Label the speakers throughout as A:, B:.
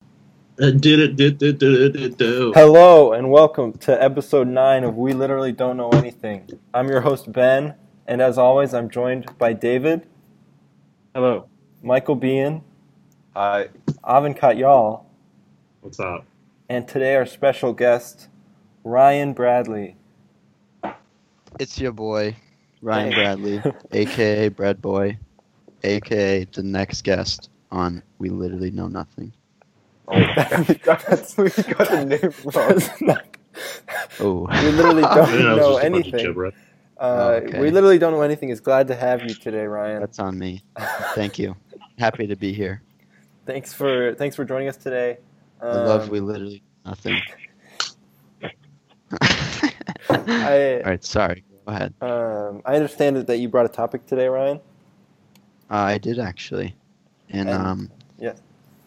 A: Do-do-do-do-do-do-do.
B: Hello and welcome to episode 9 of We Literally Don't Know Anything. I'm your host, Ben, and as always, I'm joined by David,
C: Hello.
B: Michael Bean,
D: Hi.
B: Avin Katyal,
C: What's up?
B: and today our special guest, Ryan Bradley.
E: It's your boy, Ryan
B: Hey.
E: Bradley, aka Brad Boy, aka the next guest on We Literally Know Nothing.
D: Oh my God.
B: That's-
D: we got the name wrong.
B: That's not-
E: Oh,
B: we literally
C: I didn't know
B: don't know
C: it was just a bunch of
B: anything.
C: gibberish.
B: Uh,
E: Oh, okay.
B: We literally don't know anything. Is glad to have you today, Ryan.
E: that's on me. Thank you. Happy to be here.
B: thanks for thanks for joining us today.
E: I
B: Um,
E: love We Literally Know Nothing. All
B: I
E: right, sorry. Go ahead.
B: um, I understand that you brought a topic today, Ryan.
E: Uh, I did actually, and
B: And-
E: um,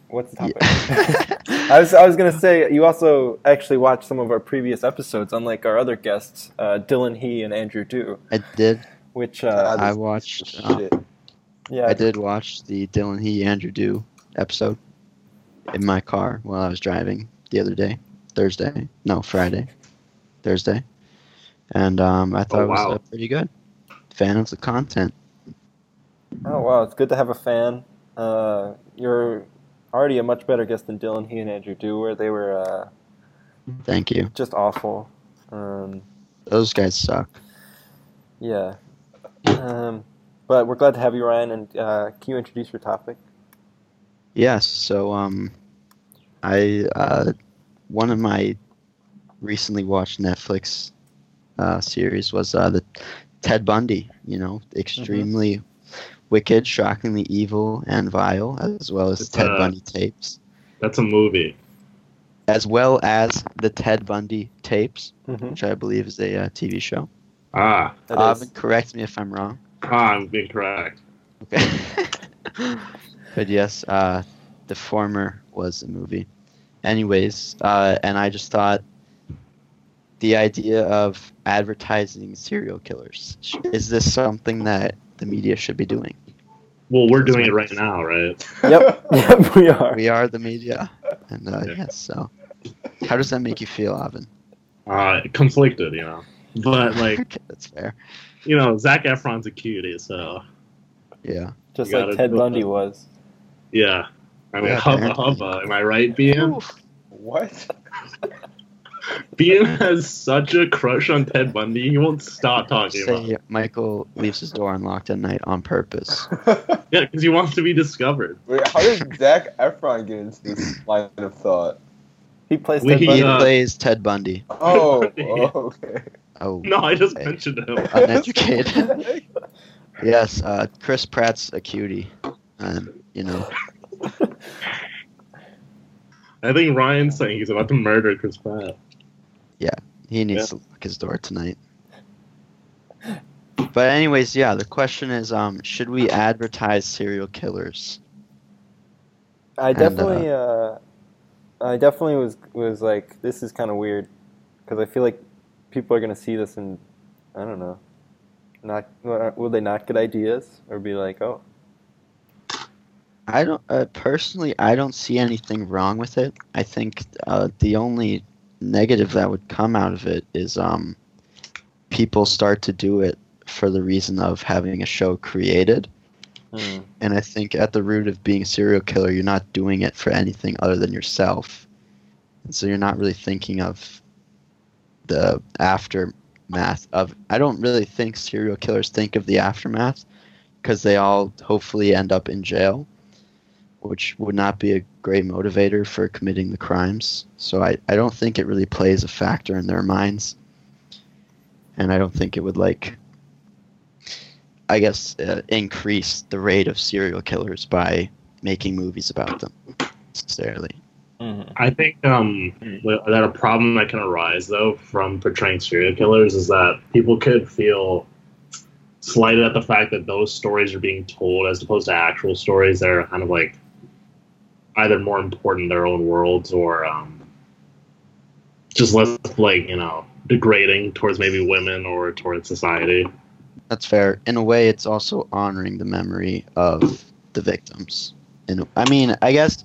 B: What's the topic? I
E: yeah.
B: was I was gonna say you also actually watched some of our previous episodes, unlike our other guests, uh, Dylan He and Andrew Do,
E: I did.
B: which
D: Uh,
B: uh,
E: I watched. uh,
D: Shit.
B: yeah,
E: I did watch the Dylan He Andrew Do episode in my car while I was driving the other day, Thursday. No, Friday, Thursday, and um, I thought
C: Oh,
E: it was
C: wow.
E: uh, pretty good. Fan of the content.
B: Oh wow, it's good to have a fan. Uh, you're already a much better guest than Dylan He and Andrew Do, where they were uh,
E: Thank you.
B: just awful. Um,
E: Those guys suck.
B: yeah, um, but we're glad to have you, Ryan. And uh, can you introduce your topic?
E: Yes. So um, I uh, one of my recently watched Netflix uh, series was uh, the Ted Bundy. You know,
C: Mm-hmm.
E: extremely wicked, shockingly evil and vile, as well as
C: It's,
E: Ted
C: uh,
E: Bundy tapes,
C: That's a movie.
E: as well as the Ted Bundy tapes,
B: Mm-hmm.
E: which I believe is a uh, TV show.
C: Ah,
E: Avin, correct me if I'm wrong.
C: ah I'm incorrect.
E: Okay. but yes, uh, the former was a movie. Anyways, uh, and I just thought the idea of advertising serial killers sh- is this something that the media should be doing?
C: Well, we're doing it right now, right?
B: yep, yep, we are.
E: We are the media, and uh,
C: Yeah.
E: yes. So, how does that make you feel, Avin?
C: Uh, conflicted, you know. But Uh, like,
E: Okay, that's fair.
C: you know, Zach Efron's a cutie, so
E: Yeah,
B: Just
C: You
B: like
C: gotta
B: Ted
C: do it.
B: Bundy was.
C: yeah. I mean,
E: Yeah,
C: hubba
E: apparently.
C: hubba. Am I right, Bean?
E: Oof.
D: What?
C: Bean has such a crush on Ted Bundy. He won't stop talking about.
E: Say Michael leaves his door unlocked at night on purpose.
D: Wait,
C: Yeah, because he wants to be discovered.
D: how did Zach Efron get into this line of thought?
B: He plays
C: We-
B: Ted
E: He
B: Bundy.
C: uh,
E: plays Ted Bundy.
D: Oh, okay.
E: Oh,
C: No, I just
E: Hey.
C: mentioned him.
E: uneducated. Yes, uh, Chris Pratt's a cutie, and you know,
C: I think Ryan's saying he's about to murder Chris Pratt.
E: he needs to lock his door tonight. But anyways, yeah, the question is, um, should we advertise serial killers?
B: I
E: And,
B: definitely, uh, I definitely was was like, this is kind of weird, because I feel like people are gonna see this and I don't know, not
F: uh,
B: will they not get ideas or be like, oh,
E: I don't uh, personally, I don't see anything wrong with it. I think uh, the only negative that would come out of it is um, people start to do it for the reason of having a show created.
B: hmm,
E: And I think at the root of being a serial killer, you're not doing it for anything other than yourself. And so you're not really thinking of the aftermath of. I don't really think serial killers think of the aftermath because they all hopefully end up in jail, which would not be a great motivator for committing the crimes. So I, I don't think it really plays a factor in their minds. And I don't think it would like I guess, uh, increase the rate of serial killers by making movies about them necessarily.
B: Mhm.
C: I think um,
G: Hmm.
C: that a problem that can arise though from portraying serial killers is that people could feel slighted at the fact that those stories are being told as opposed to actual stories that are kind of like either more important in their own worlds or um, just less like you know degrading towards maybe women or towards society.
E: That's fair. In a way, it's also honoring the memory of the victims. And I mean, I guess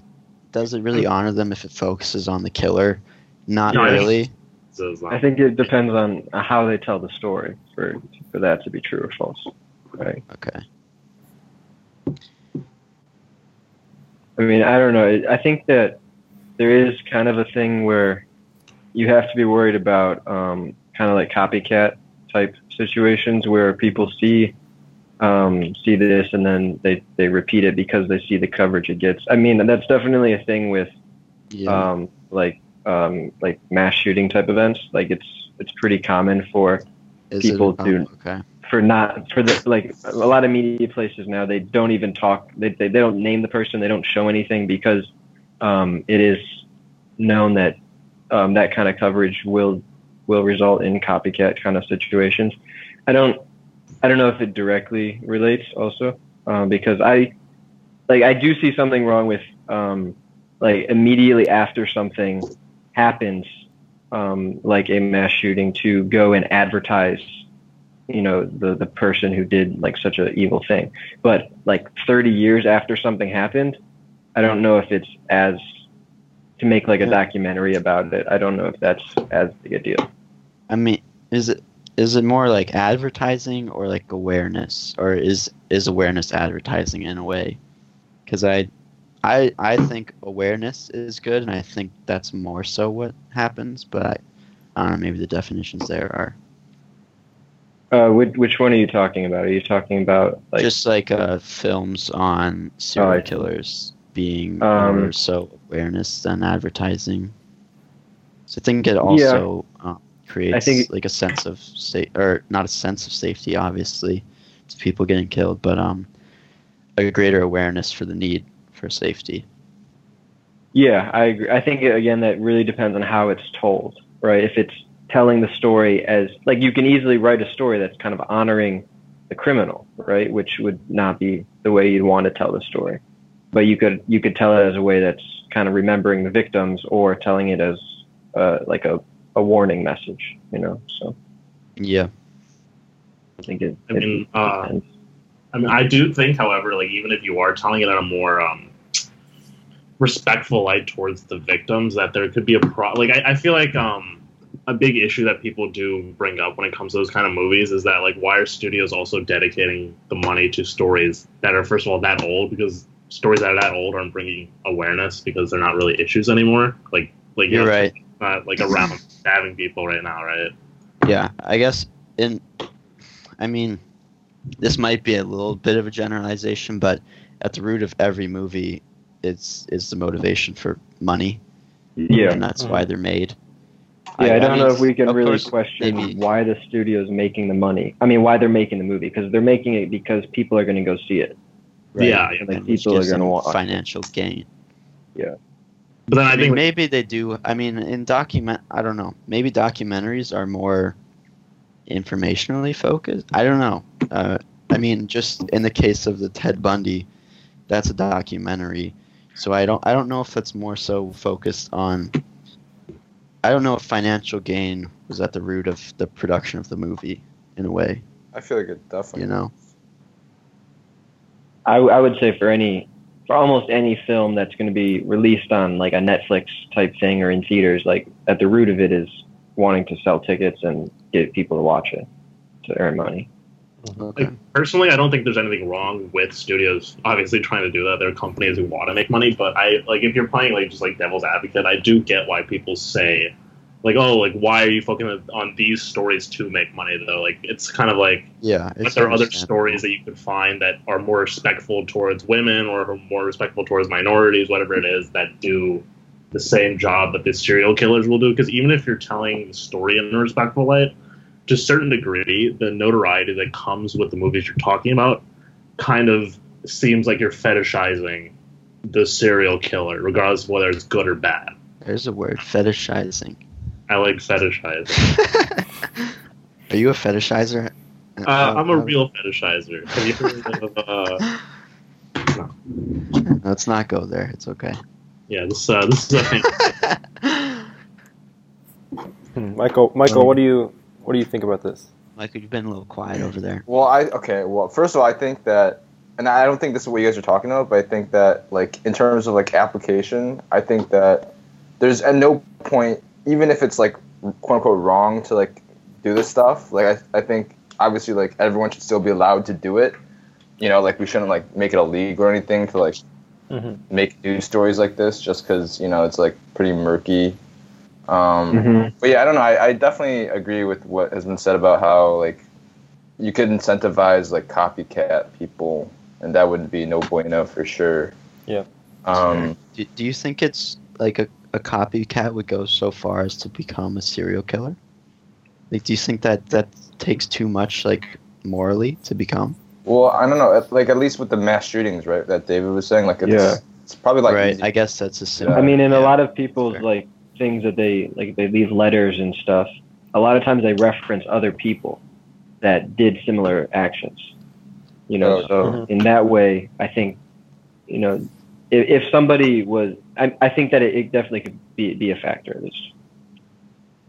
E: does it really honor them if it focuses on the killer? Not
C: No, I think-
E: really.
C: So it's not-
G: I think it depends on how they tell the story for for that to be true or false. Right.
E: Okay.
G: I mean, I don't know. I think that there is kind of a thing where you have to be worried about um, kind of like copycat type situations where people see um, see this and then they, they repeat it because they see the coverage it gets. I mean, that's definitely a thing with
E: Yeah.
G: um, like um, like mass shooting type events. Like it's it's pretty common for
E: Is it a
G: people
E: problem?
G: do-
E: Okay.
G: for not for the like a lot of media places now they don't even talk they they, they don't name the person they don't show anything because um, it is known that um, that kind of coverage will will result in copycat kind of situations. I don't I don't know if it directly relates also uh, because I like I do see something wrong with um, like immediately after something happens um, like a mass shooting to go and advertise you know the the person who did like such an evil thing but like 30 years after something happened i don't know if it's as to make like a
F: Yeah.
G: documentary about it i don't know if that's as big a deal
E: I mean, is it is it more like advertising or like awareness, or is is awareness advertising in a way? Because I, I I think awareness is good, and I think that's more so what happens. But I, I don't know. Maybe the definitions there are
G: uh which, which one are you talking about are you talking about like
E: just like uh, films on serial
G: Oh, I see.
E: killers being
G: Um,
E: more so awareness than advertising. So I think it also uh, creates
G: think-
E: like a sense of state or not a sense of safety, obviously, to people getting killed, but um, a greater awareness for the need for safety.
G: Yeah, I agree. I think again that really depends on how it's told, right? If it's telling the story as like you can easily write a story that's kind of honoring the criminal, right? Which would not be the way you'd want to tell the story. But you could you could tell it as a way that's kind of remembering the victims or telling it as uh, like a, a warning message, you know. So
E: Yeah,
G: I think it,
C: I
G: it
C: mean, uh,
G: depends.
C: I mean, I do think, however, like even if you are telling it in a more um, respectful light towards the victims, that there could be a pro. Like I, I feel like um, a big issue that people do bring up when it comes to those kind of movies is that like why are studios also dedicating the money to stories that are first of all that old because stories that are that old aren't bringing awareness because they're not really issues anymore. Like like
E: you're right.
C: not like around stabbing people right now, right?
E: Yeah, I guess in I mean this might be a little bit of a generalization, but at the root of every movie it's is the motivation for money.
G: Yeah.
E: And that's why they're made.
G: Yeah, I, don't
E: mean,
G: know if we can
E: of
G: really
E: course,
G: question
E: maybe-
G: why the studio's making the money. I mean, why they're making the movie because they're making it because people are going to go see it.
C: Yeah, yeah.
G: And,
E: and
G: like
E: which
G: people are
E: gives
G: going to
E: them
G: watch.
E: financial gain.
C: But then I,
E: I
C: think
E: mean, maybe they do. I mean, in document, I don't know. Maybe documentaries are more informationally focused. I don't know. Uh, I mean, just in the case of the Ted Bundy, that's a documentary. So I don't. I don't know if it's more so focused on. I don't know if financial gain was at the root of the production of the movie, in a way.
D: I feel like it definitely.
E: You know.
G: I, I would say for any, for almost any film that's going to be released on like a Netflix type thing or in theaters, like at the root of it is wanting to sell tickets and get people to watch it to earn money.
E: Okay.
C: personally, I don't think there's anything wrong with studios obviously trying to do that. There are companies who want to make money, but I like if you're playing like just like devil's advocate, I do get why people say like, oh, like why are you focusing on these stories to make money though? Like it's kind of like
E: Yeah.
C: but
E: it's
C: there are other
E: understandable.
C: stories that you could find that are more respectful towards women or are more respectful towards minorities, whatever it is, that do the same job that the serial killers will do. Because even if you're telling the story in a respectful light, to a certain degree, the notoriety that comes with the movies you're talking about kind of seems like you're fetishizing the serial killer, regardless of whether it's good or bad.
E: There's a word fetishizing.
C: I like fetishize.
E: Are you a fetishizer?
C: Uh, I'm a
E: Uh,
C: real fetishizer. Have you heard of uh,
E: Let's not go there. It's okay.
C: yeah? This uh, this is a thing.
F: Hmm, Michael, Michael, what do you what do you think about this?
E: Michael, you've been a little quiet over there.
D: Well, I okay. Well, first of all, I think that and I don't think this is what you guys are talking about, but I think that like in terms of like application, I think that there's at no point, even if it's like quote unquote wrong to like do this stuff, like I, I think obviously like everyone should still be allowed to do it. You know, like we shouldn't like make it a league or anything to like
F: Mhm.
D: make news stories like this just because you know it's like pretty murky. Um,
G: Mhm.
D: but yeah, I don't know. I, I definitely agree with what has been said about how like you could incentivize like copycat people, and that would be no bueno for sure.
F: Yeah.
D: Um,
E: Do, do you think it's like a, a copycat would go so far as to become a serial killer? Like, do you think that that takes too much, like, morally to become?
D: well, I don't know. at- Like at least with the mass shootings, right? That David was saying, like it's
G: Yeah.
D: it's probably like
E: right.
D: easy-
E: I guess that's a sin.
G: I mean, in a lot of people's
E: fair.
G: like things that they like, they leave letters and stuff. A lot of times they reference other people that did similar actions. You know,
D: Oh,
G: so
F: mhm.
G: in that way, I think, you know, if, if somebody was, I, I think that it, it definitely could be be a factor. It's,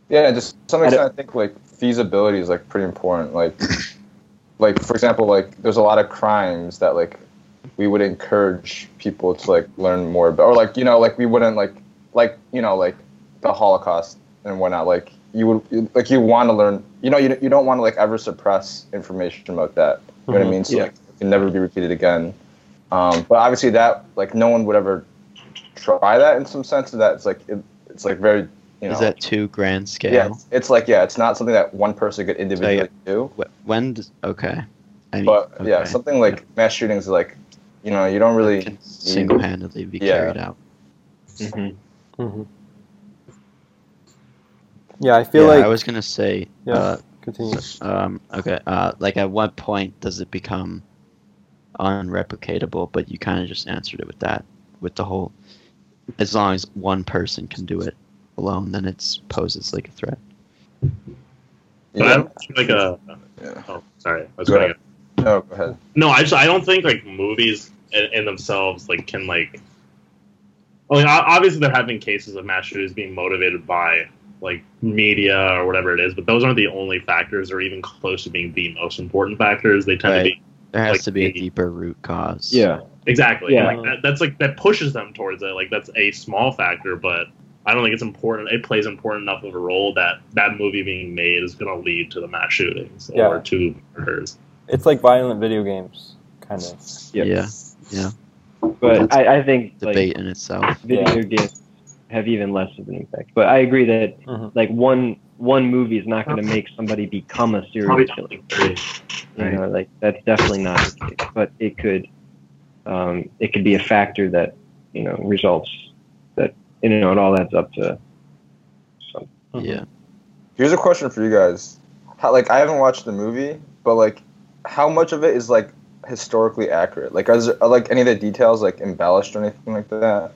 D: Yeah, just to some
G: I
D: extent, I, think like feasibility is like pretty important. Like, like for example, like there's a lot of crimes that like we would encourage people to like learn more about, or like you know, like we wouldn't like like you know like the Holocaust and whatnot. Like you would you- like you want to learn, you know, you you don't want to like ever suppress information about that. You
B: Mm-hmm.
D: know what I
F: Mhm,
D: mean? So
G: yeah.
D: like it can never be repeated again. Um, but obviously, that like no one would ever try that in some sense. Of that it's like it, it's like very you know
E: Is that too grand scale?
D: yeah, it's, it's like yeah, it's not something that one person could individually do.
E: Wh- When does, okay. I mean,
D: But yeah,
E: okay.
D: something like mass shootings, is like you know, you don't really.
E: Can single-handedly be
D: Yeah.
E: carried out.
F: Yeah, I feel
E: yeah,
F: like.
E: I was gonna say.
F: Yeah.
E: Uh,
F: continue.
E: um, okay. Uh, like, at what point does it become unreplicatable? But you kind of just answered it with that, with the whole. As long as one person can do it alone, then it's poses like a threat.
C: But I
D: Yeah,
C: don't think, like a.
D: Yeah.
C: Oh, sorry. I was
D: Go
C: going
D: ahead. no, Oh, go ahead.
C: No, I just I don't think like movies in, in themselves like can like. I mean, o- obviously there have been cases of mass shooters being motivated by like media or whatever it is, but those aren't the only factors, or even close to being the most important factors. They tend to
E: Right.
C: be
E: There has
C: Like
E: to be a
C: the-
E: deeper root cause.
G: yeah,
C: Exactly.
G: Yeah.
C: Like that, that's like that pushes them towards it. Like that's a small factor, but I don't think it's important. It plays important enough of a role that that movie being made is going to lead to the mass shootings
F: Yeah.
C: or to murders.
F: It's like violent video games, kind of.
G: yeah.
E: Yeah.
G: But I, I think like
E: Debate in itself.
G: video games have even less of an impact. But I agree that
F: Mhm.
G: like one one movie is not going to make somebody become a serial
C: Probably
G: killer.
C: not like very-
G: You know, like that's definitely not the case, but it could, um, it could be a factor that you know results that you know it all adds up to. Something.
F: Mhm.
E: Yeah.
D: Here's a question for you guys. How, like, I haven't watched the movie, but like, how much of it is like historically accurate? Like, are, there, are like any of the details like embellished or anything like that?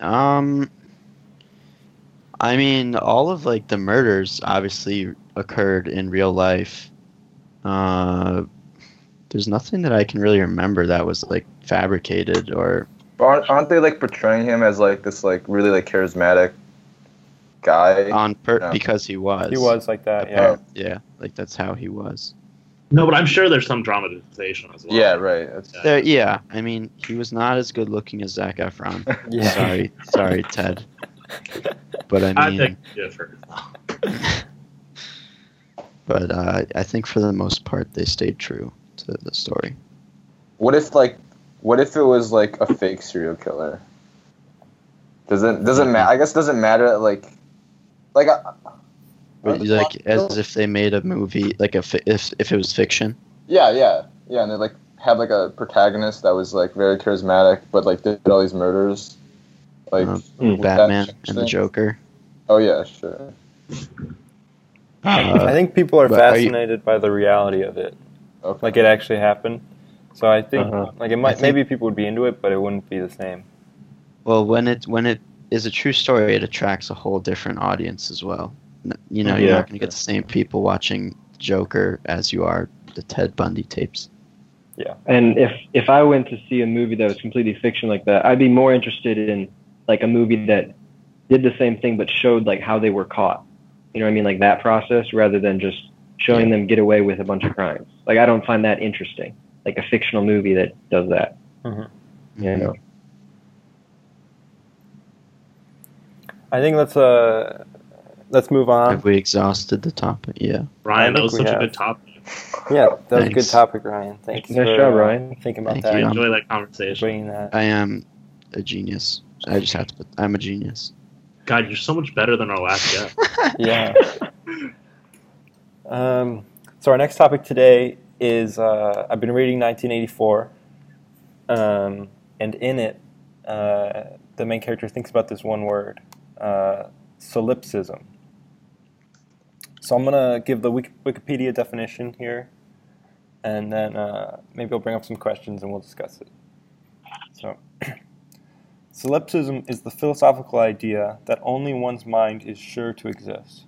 E: Um. I mean, all of like the murders obviously occurred in real life. Uh, there's nothing that I can really remember that was like fabricated or
D: But aren't, aren't they like portraying him as like this like really like charismatic guy?
E: on per-
D: Yeah.
E: because he was.
F: He was like that, yeah.
E: Appar- yeah, like that's how he was.
C: No, but I'm sure there's some dramatization as well.
D: yeah, right. That's,
C: Yeah.
E: There, yeah, I mean, he was not as good looking as Zach Efron.
F: Yeah.
E: Sorry, sorry, Ted. But I
C: I
E: mean,
C: think different.
E: but uh, I think for the most part they stayed true to the story.
D: What if like, what if it was like a fake serial killer? Doesn't doesn't matter. I guess it doesn't matter. Like, like uh, I,
E: But like as if they made a movie, like a fi- if if it was fiction.
D: yeah, yeah, yeah. And they like have like a protagonist that was like very charismatic, but like did all these murders. Like,
E: Um,
D: would that
E: Batman
D: change
E: and the
D: things?
E: Joker.
D: Oh yeah, sure.
E: Uh,
F: I think people are
E: but are you-
F: fascinated by the reality of it,
D: Okay.
F: like it actually happened. So I think,
G: Uh-huh.
F: like, it might
E: think-
F: maybe people would be into it, but it wouldn't be the same.
E: Well, when it when it is a true story, it attracts a whole different audience as well. N- You know, you're
G: Yeah.
E: not going to get the same people watching Joker as you are the Ted Bundy tapes.
G: And if if I went to see a movie that was completely fiction like that, I'd be more interested in like a movie that did the same thing but showed like how they were caught. You know what I mean? Like that process rather than just showing them get away with a bunch of crimes. Like I don't find that interesting. like a fictional movie that does that.
B: Mhm.
G: You
E: Mm-hmm.
G: know?
B: I think let's uh let's move on.
E: Have we exhausted the topic? Yeah.
C: Ryan, that
B: I think
C: was
B: we
C: such
B: have.
C: a good topic.
B: Yeah, that was a good
E: Thanks.
B: topic, Ryan. Thanks.
G: Nice
B: for,
G: job,
B: uh,
G: Ryan.
B: Thanking about
E: Thank
C: I
E: you.
B: that.
C: enjoy that conversation.
B: Bringing that.
E: I am a genius. I just have to. Put, I'm a genius.
C: God, you're so much better than our last guest.
B: Yeah. um, so our next topic today is uh, I've been reading 1984, um, and in it, uh, the main character thinks about this one word, uh, solipsism. So I'm gonna give the Wik- Wikipedia definition here, and then uh, maybe I'll bring up some questions and we'll discuss it. So. Solipsism is the philosophical idea that only one's mind is sure to exist.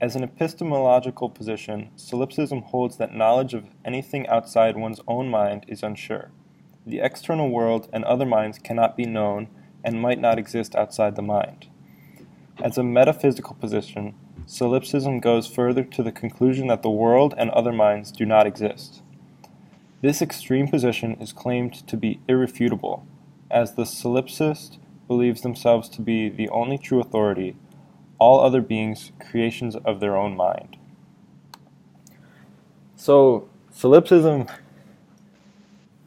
B: As an epistemological position, solipsism holds that knowledge of anything outside one's own mind is unsure. The external world and other minds cannot be known and might not exist outside the mind. As a metaphysical position, solipsism goes further to the conclusion that the world and other minds do not exist. This extreme position is claimed to be irrefutable, as the solipsist believes themselves to be the only true authority, all other beings creations of their own mind. So solipsism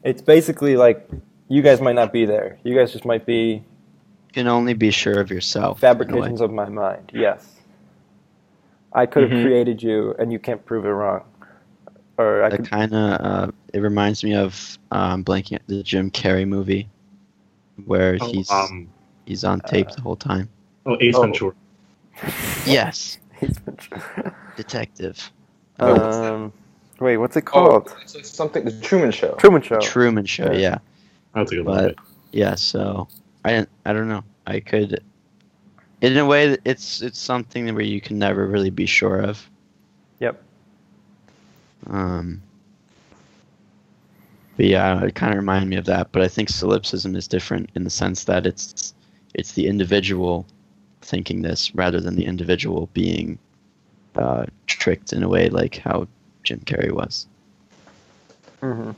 B: it's basically like you guys might not be there. You guys just might be
E: You can only be sure of yourself. in a way.
B: fabrications of my mind. Yes. I could have
G: Mhm.
B: created you and you can't prove it wrong. Or I
E: That
B: could
E: kind of. Uh, it reminds me of um, blanking at the Jim Carrey movie, where
C: Oh,
E: he's
C: um,
E: he's on tape the whole time.
C: oh Ace
B: oh.
C: Ventura.
E: Yes, detective.
B: um, wait, what's it
D: Oh,
B: called?
D: it's like something. The Truman Show.
B: Truman Show.
E: Truman Show.
B: Yeah.
E: Yeah.
C: That's a good
E: But-
C: one.
E: yeah so i don't- i don't know i could in a way that it's it's something where you can never really be sure of
B: Yep.
E: um but yeah it kind of reminded me of that but i think solipsism is different in the sense that it's it's the individual thinking this rather than the individual being uh, tricked in a way like how jim carrey was
B: Mm-hmm.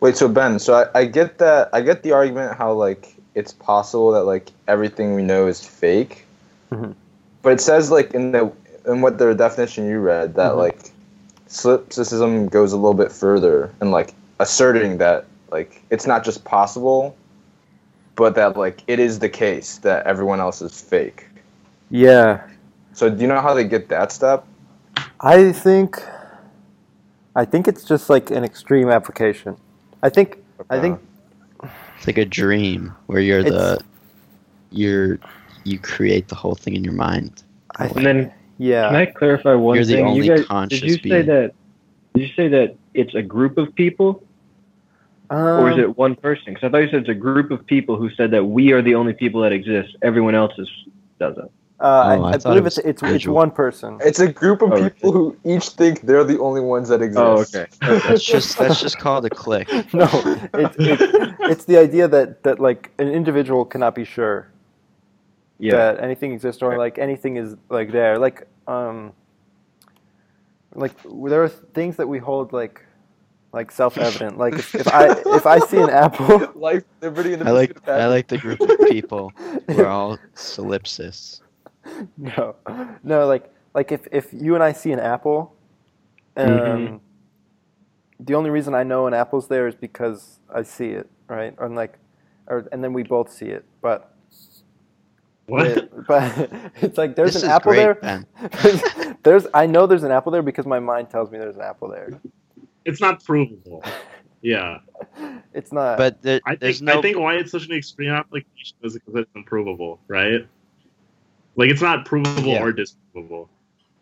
D: Wait, so Ben, so I, I get that I get the argument how like it's possible that like everything we know is fake,
G: Mm-hmm.
B: Mhm.
D: but it says like in the in what the definition you read that
G: Mm-hmm.
B: Mhm.
D: like solipsism goes a little bit further and like asserting that like it's not just possible, but that like it is the case that everyone else is fake.
B: Yeah,
D: So do you know how they get that step?
B: I think, I think it's just like an extreme application. I think, I think,
E: it's like a dream where you're the you're you create the whole thing in your mind
B: I
G: And
B: think,
G: then Can
B: yeah,
G: I clarify one
E: You're the
G: thing?
E: only
G: you guys,
E: conscious
G: did you say
E: being.
G: that? Did you say that it's a group of people, or is
B: Um,
G: it one person? Because I thought you said it's a group of people who said that we are the only people that exist. Everyone else is, doesn't.
B: uh, I,
E: Oh, I
B: I,
E: thought it
B: believe
E: was
B: it's it's it's
E: individual.
B: one person.
D: It's a group of
G: Oh, okay.
D: people who each think they're the only ones that exist.
G: Oh, okay.
E: That's just that's just called a click.
B: No, it's, it's it's the idea that that like an individual cannot be sure
G: Yeah.
B: that anything exists or
G: Okay.
B: like anything is like there like um like there are things that we hold like like self-evident like if, if i if i see an apple
D: Life, liberty, and the
E: I like
D: pursuit of
E: I
D: happiness.
E: like the group of people who are all solipsists.
B: No, no, like like if if you and I see an apple, um,
E: Mm-hmm.
G: Mhm.
B: the only reason I know an apple's there is because I see it, right? And like, or and then we both see it, but.
C: What?
B: it- but it's like there's
E: This
B: an
E: is
B: apple
E: great,
B: there.
E: Ben.
B: There's- there's I know there's an apple there because my mind tells me there's an apple there.
C: It's not provable. Yeah.
B: It's not.
E: But there,
C: I
E: there's
C: think,
E: no
C: I think why it's such an extreme application is because it's unprovable, right? Like it's not provable
E: Yeah.
C: or disprovable.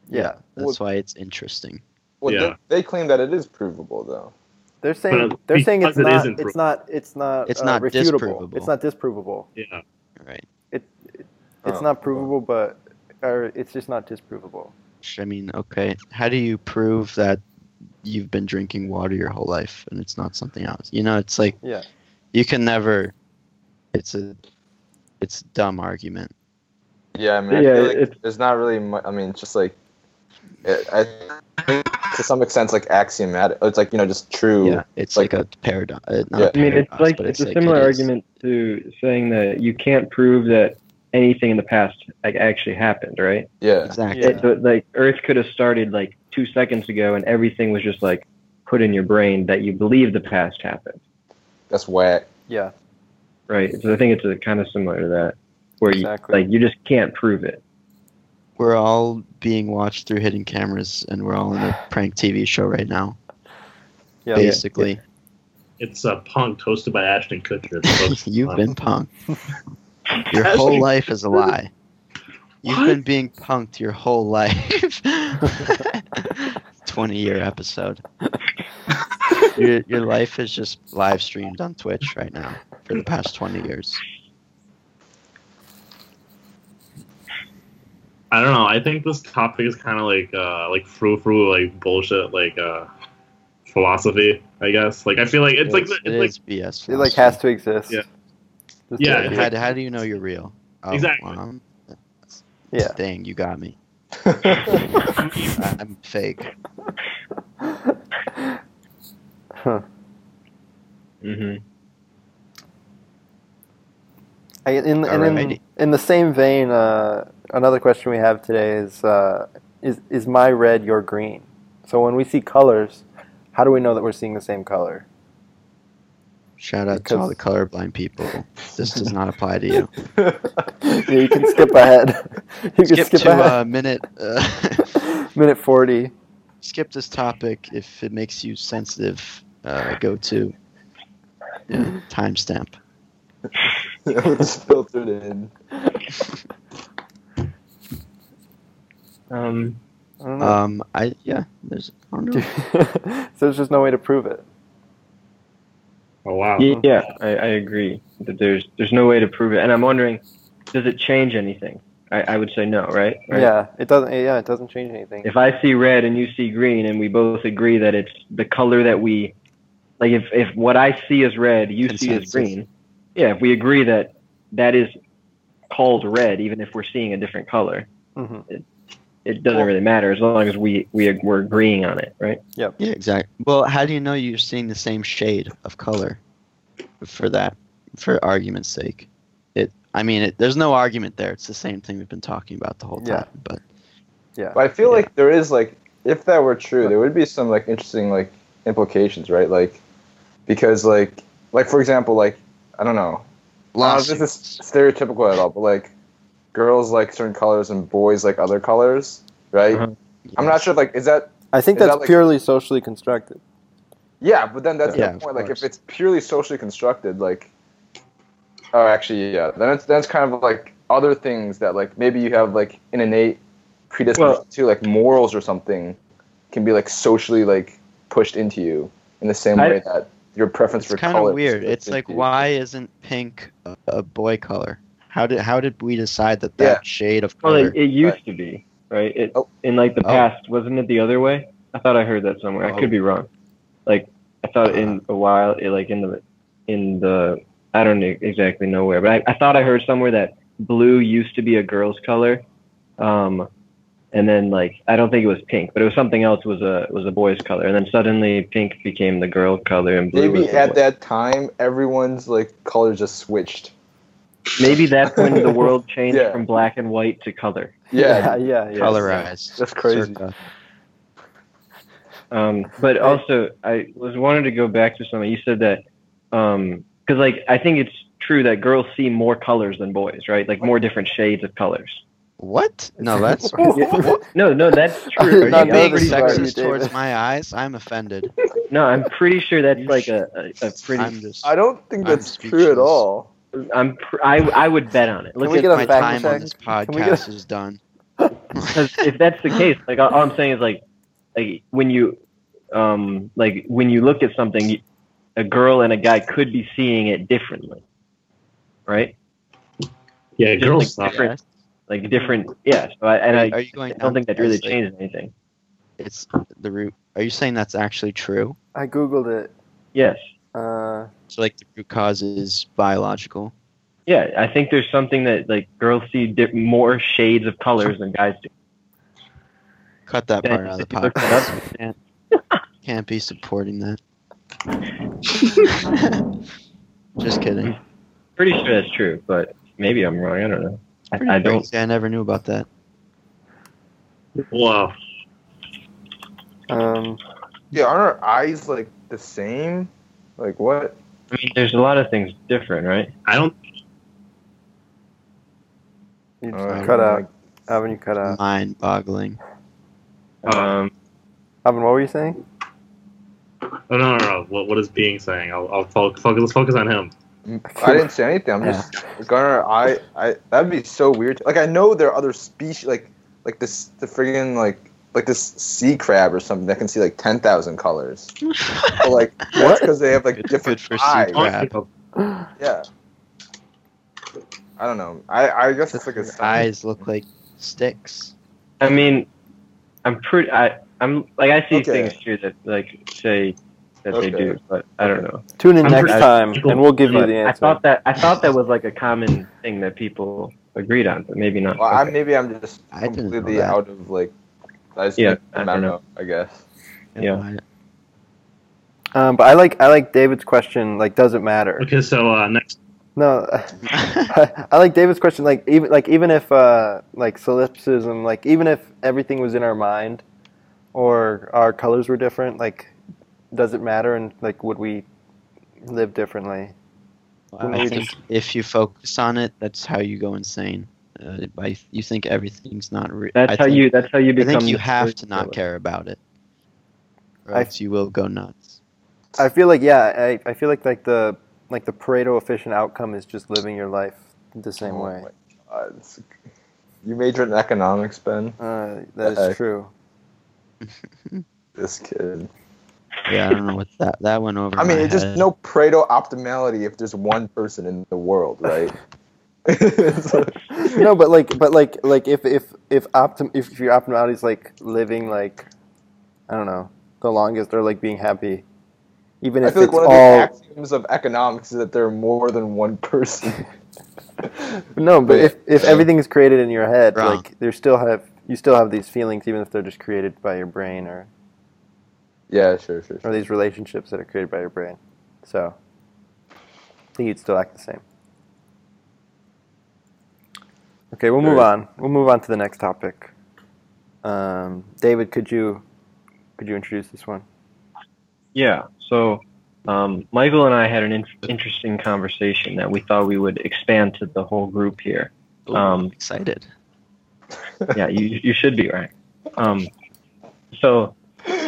B: yeah,
E: that's why it's interesting.
D: Well,
C: Yeah.
D: they, they claim that it is provable, though.
B: they're saying
C: but
B: they're saying it's
C: because it
B: not,
C: isn't
B: it's not it's not
E: It's
B: uh,
E: not
B: refutable.
E: disprovable.
B: It's not disprovable.
C: Yeah.
E: Right.
B: It's
D: Oh.
B: not provable, but or it's just not disprovable.
E: I mean, okay. How do you prove that you've been drinking water your whole life and it's not something else? You know, it's like
B: Yeah.
E: you can never it's a it's a dumb argument.
D: Yeah, I mean, I
G: Yeah,
D: feel like
G: it-
D: there's not really. Mu- I mean, it's just like it, I, to some extent it's like axiomatic. It's like you know just true.
E: yeah, it's like,
D: like-
E: a paradox. uh, not
D: Yeah. I
E: a
G: I mean, it's
E: paradox,
G: like
E: but
G: it's, a
E: like
G: similar
E: it is-
G: argument to saying that you can't prove that anything in the past like actually happened, right?
D: Yeah.
E: Exactly.
G: It, but, like Earth could have started like two seconds ago, and everything was just like put in your brain that you believe the past happened,
D: That's whack.
F: Yeah,
G: right? So I think it's uh kind of similar to that, where you
F: Exactly.
G: like you just can't prove it.
E: We're all being watched through hidden cameras, and we're all in a prank TV show right now,
F: yeah.
E: basically.
C: It's a punk hosted by Ashton Kutcher. It's supposed to be
E: You've
C: fun.
E: been punked. Your whole life is a lie. You've
C: What?
E: been being punked your whole life. 20 year episode. your, your life is just live streamed on Twitch right now for the past 20 years.
C: I don't know. I think this topic is kind of like uh, like frou frou like bullshit like uh, philosophy. I guess. Like I feel like it's like the-
E: it
C: it's like
E: is BS.
F: It like
E: philosophy.
F: has to exist.
C: Yeah.
F: Just
C: Yeah,
F: like-
C: it's
E: How, how do you know you're real? Oh,
C: Exactly.
E: well, I'm-
F: yeah.
E: Dang, you got me. I- I'm fake.
F: Huh. Mm-hmm.
G: hmm
F: I, in, and in,
E: Alrighty.
F: in the same vein, uh, another question we have today is, uh, is is my red your green? So when we see colors, how do we know that we're seeing the same color?
E: Shout out to all the colorblind people. This does not apply to you.
F: Yeah, you can skip ahead. You
E: Skip,
F: can skip
E: to
F: ahead.
E: uh, minute. Uh,
F: Minute forty.
E: skip this topic if it makes you sensitive. Uh, go to yeah,
G: Mm.
E: timestamp.
D: it's filtered in.
G: Um,
F: I don't know.
E: Um, I yeah, there's I don't know.
F: so there's just no way to prove it.
C: oh wow.
G: yeah, yeah, uh-huh. I, I agree that there's there's no way to prove it, and I'm wondering, does it change anything? I, I would say no, right? right?
F: Yeah, it doesn't. Yeah, it doesn't change anything.
G: if I see red and you see green and we both agree that it's the color that we like if if what I see is red, you see is
E: Consensus.
G: green. Yeah, if we agree that that is called red even if we're seeing a different color,
F: hmm
G: it doesn't really matter as long as we we we're agreeing on it, right?
E: Yeah, exactly. Well, how do you know you're seeing the same shade of color? For that, for argument's sake, it. I mean, it, there's no argument there. It's the same thing we've been talking about the whole time.
F: Yeah.
E: But
F: Yeah.
D: But I feel
E: Yeah.
D: like there is like if that were true, there would be some like interesting like implications, right? Like because like like for example, like I don't know. Uh, this is
E: lawsuits.
D: stereotypical at all, but like girls like certain colors and boys like other colors, right?
G: Uh-huh.
D: I'm not sure. Like, is that?
F: I think
D: Is that
F: that's
D: like-
F: purely socially constructed.
D: Yeah, but then that's
E: Yeah,
D: the
E: of
D: point. Like, if
E: course.
D: it's purely socially constructed, like, oh, actually, yeah, then it's then it's kind of like other things that like maybe you have like an innate predisposition
G: Well-
D: to, like morals or something, can be like socially like pushed into you in the same
G: I-
D: way that your preference
E: It's
D: for
E: kind
D: color.
E: of
D: is
E: weird.
D: pushed
E: It's like
D: into you.
E: why isn't pink a, a boy color? How did how did we decide that that
D: Yeah.
E: shade of
G: Well,
E: color?
G: it, it used
D: Right.
G: to be, right? It
D: Oh.
G: in like the
E: Oh.
G: past, wasn't it the other way? I thought I heard that somewhere. I
E: Oh.
G: could be wrong. Like I thought in
D: Ah.
G: a while, it, like in the in the I don't know exactly know where, but I, I thought I heard somewhere that blue used to be a girl's color, um, and then like I don't think it was pink, but it was something else was a was a boy's color, and then suddenly pink became the girl color and blue.
D: Maybe
G: was the
D: at
G: boy.
D: that time, everyone's like colors just switched.
G: maybe that's when the world changed
D: Yeah.
G: from black and white to color.
D: Yeah,
F: yeah, yeah. yeah.
E: colorized.
D: That's crazy.
E: circa.
G: Um, but also, I was wanted to go back to something you said that because, like, I think it's true that girls see more colors than boys, right? Like more different shades of colors.
E: What? No, that's
G: No, no, that's
E: Are
G: true.
E: you
F: Not
G: I'm
E: being
F: being
G: pretty-
F: sorry,
E: sexist towards
F: David.
E: my eyes? I'm offended.
G: no, I'm pretty sure that's like a, a, a pretty.
E: I'm just.
D: I don't think
E: I'm
D: that's true at
E: speechless.
D: all.
G: I'm pr- I I would bet on it. Look
F: we
G: at
F: get a
E: my
F: fact
E: time
F: check?
E: on this
F: Can we get a-
E: podcast is done.
G: because if that's the case, like all, all I'm saying is like, like when you, um, like when you look at something, you- a girl and a guy could be seeing it differently, right?
C: Yeah,
G: Just
C: girls
G: like
C: suck.
G: different, like different, yeah. So I and I,
E: Are you going?
G: I don't think that really
E: that's, like,
G: changes anything.
E: It's the root. Are you saying that's actually true?
F: I googled it.
G: Yes.
F: Uh,
E: So like the root cause is biological.
G: Yeah, I think there's something that like girls see di- more shades of colors than guys do.
E: Cut that
G: Yeah,
E: part out of the
G: you looked
E: podcast. Can't, can't be supporting that. Just kidding.
G: Pretty sure that's true, but maybe I'm wrong. I don't know. I, I don't.
E: Crazy, I never knew about that.
C: Wow.
F: Um,
D: Yeah, aren't our eyes like the same? Like what?
G: I mean, there's a lot of things different, right?
C: I don't.
F: you just
D: Uh,
F: cut out. Alvin, you cut
B: Uh,
F: out.
E: Mind-boggling.
G: Um,
F: Alvin, what were you saying?
C: Oh, no, no, no. What, what is being saying? I'll, I'll fo- focus. Let's focus on him.
D: I didn't say anything. I'm just like, aren't our eye. I that'd be so weird. Like I know there are other species, like like this the friggin' like like this sea crab or something that can see like ten thousand colors. But like what? Because they have like
E: Good-
D: different
E: good for sea
D: eyes.
E: crab. Crap.
D: Yeah. I don't know. I I guess it's like a
E: Your
D: sign.
E: eyes look like sticks.
G: I mean, I'm pretty. I, I'm like I see
D: Okay.
G: things too that like say that
D: Okay.
G: they do, but I don't know.
F: Tune in
C: I'm
F: next
C: pretty-
F: time, and we'll give you
G: But
F: the
G: I
F: answer.
G: thought that I thought that was like a common thing that people agreed on, but maybe not.
D: Well, I,
G: Okay.
D: maybe I'm just
E: I didn't know
D: completely
E: that.
D: out of like. I just,
G: Yeah,
D: I,
G: I
D: don't
G: don't
D: know. I guess.
G: Yeah.
E: I-
F: Um, but I like I like David's question. Like, does it matter?
C: Okay, so uh, next.
F: No, I, I like David's question. Like even like even if uh, like solipsism, like even if everything was in our mind, or our colors were different, like does it matter? And like would we live differently?
E: Well, I think if you focus on it, that's how you go insane. Uh, by you think everything's not real.
G: that's how you. That's how you
E: I
G: become.
E: think you
G: the
E: have
G: serial
E: to not
G: killer.
E: care about it, or
F: I-
E: else you will go nuts.
F: I feel like yeah, I, I feel like like the like the Pareto efficient outcome is just living your life the same
D: Oh
F: way.
D: my God, it's- you majored in economics, Ben.
F: Uh, that
D: Uh,
F: is true.
D: This kid.
E: Yeah, I don't know what that that went over.
D: I mean,
E: my
D: it's just
E: head.
D: no Pareto optimality if there's one person in the world, right? It's like-
F: no, but like, but like, like if if if optim if your optimality is like living like, I don't know, the longest or like being happy, even
D: I
F: if
D: feel like
F: it's
D: one of the
F: all
D: axioms of economics is that there are more than one person.
F: no, but if if
D: Yeah.
F: everything is created in your head,
E: Wrong.
F: like there still have you still have these feelings, even if they're just created by your brain or
D: yeah, sure, sure,
F: or
D: sure.
F: these relationships that are created by your brain. So, I think you'd still act the same. Okay, we'll move
D: Sure.
F: on. We'll move on to the next topic. Um, David, could you could you introduce this one?
G: Yeah. So, um, Michael and I had an in- interesting conversation that we thought we would expand to the whole group here.
E: Ooh,
G: um,
E: I'm excited.
G: yeah, you you should be right. Um, so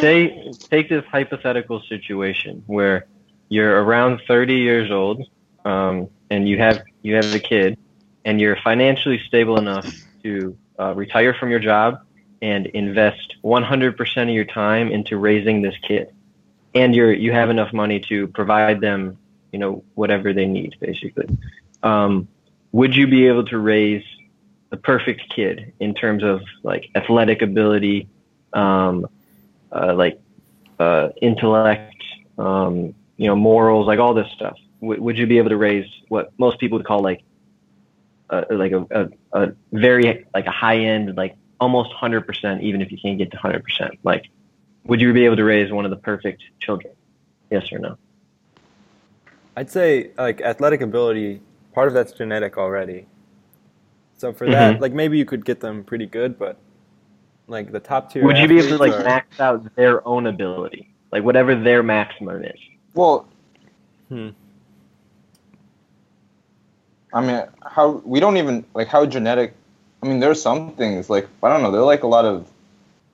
G: say take this hypothetical situation where you're around 30 years old, um, and you have you have a kid, and you're financially stable enough to uh, retire from your job and invest 100% of your time into raising this kid, and you're you have enough money to provide them, you know, whatever they need, basically. Um, would you be able to raise the perfect kid in terms of like athletic ability, um, uh, like uh, intellect, um, you know, morals, like all this stuff. W- would you be able to raise what most people would call like uh, like a, a, a very like a high end, like almost hundred percent, even if you can't get to hundred percent? Like, would you be able to raise one of the perfect children? Yes or no?
B: I'd say like athletic ability, part of that's genetic already. So for
F: Mm-hmm.
B: that, like maybe you could get them pretty good, but like the top tier.
G: Would you be able to like
B: athletes are-
G: max out their own ability, like whatever their maximum is?
D: Well,
B: Hmm.
D: I mean, how we don't even like how genetic. I mean, there are some things like I don't know. They're like a lot of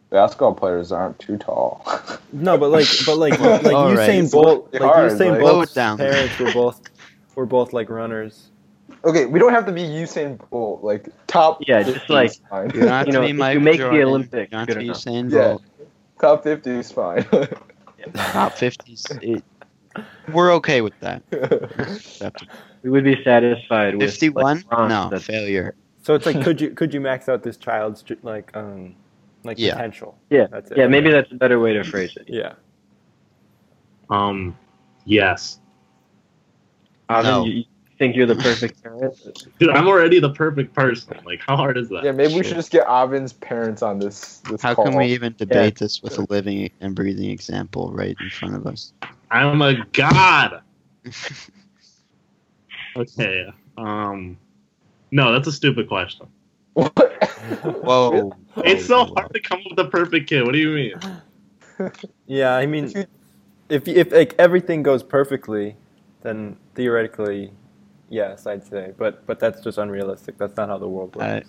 D: basketball players aren't too tall.
B: No, but like, but like, like
E: All
B: Usain
E: right.
D: It's
B: Bolt,
D: really
B: like
D: hard,
B: Usain
D: like-
E: Slow
B: Bolt's
E: it down.
B: parents were both were both like runners.
D: okay, we don't have to be Usain Bolt, like top.
G: Yeah, just
D: 50
G: like-
D: is fine.
E: You don't have
G: you
E: to
G: know,
E: be
G: if
E: Michael
G: you make the
E: Jordan,
G: Olympics,
E: you don't have
G: good
E: to be
G: enough.
E: Usain
D: Yeah.
E: Bolt.
D: top fifty is fine.
E: Top fifties. It, we're okay with that. Acceptable.
G: We would be satisfied with
E: Fifty-one?
G: like, bronze
E: no,
G: that's-
E: failure.
B: So it's like, could you could you max out this child's ge- like um like
E: Yeah.
B: potential?
G: Yeah.
B: that's it.
G: yeah, maybe that's a better way to phrase it.
B: Yeah,
C: Um, yes.
G: Avin,
E: No.
G: you, you think you're the perfect parent.
C: Dude, I'm already the perfect person. Like, how hard is that?
D: Yeah, maybe we should just get Avin's parents on this. this
E: How
D: call.
E: can we even debate this with a living and breathing example right in front of us?
C: I'm a god. okay. Um. No, that's a stupid question.
D: What?
E: Whoa.
C: It's so hard to come up with the perfect kid. What do you mean?
B: Yeah, I
D: If you-
B: mean, if if like everything goes perfectly, then theoretically, yes, I'd say. But but that's just unrealistic. That's not how the world works.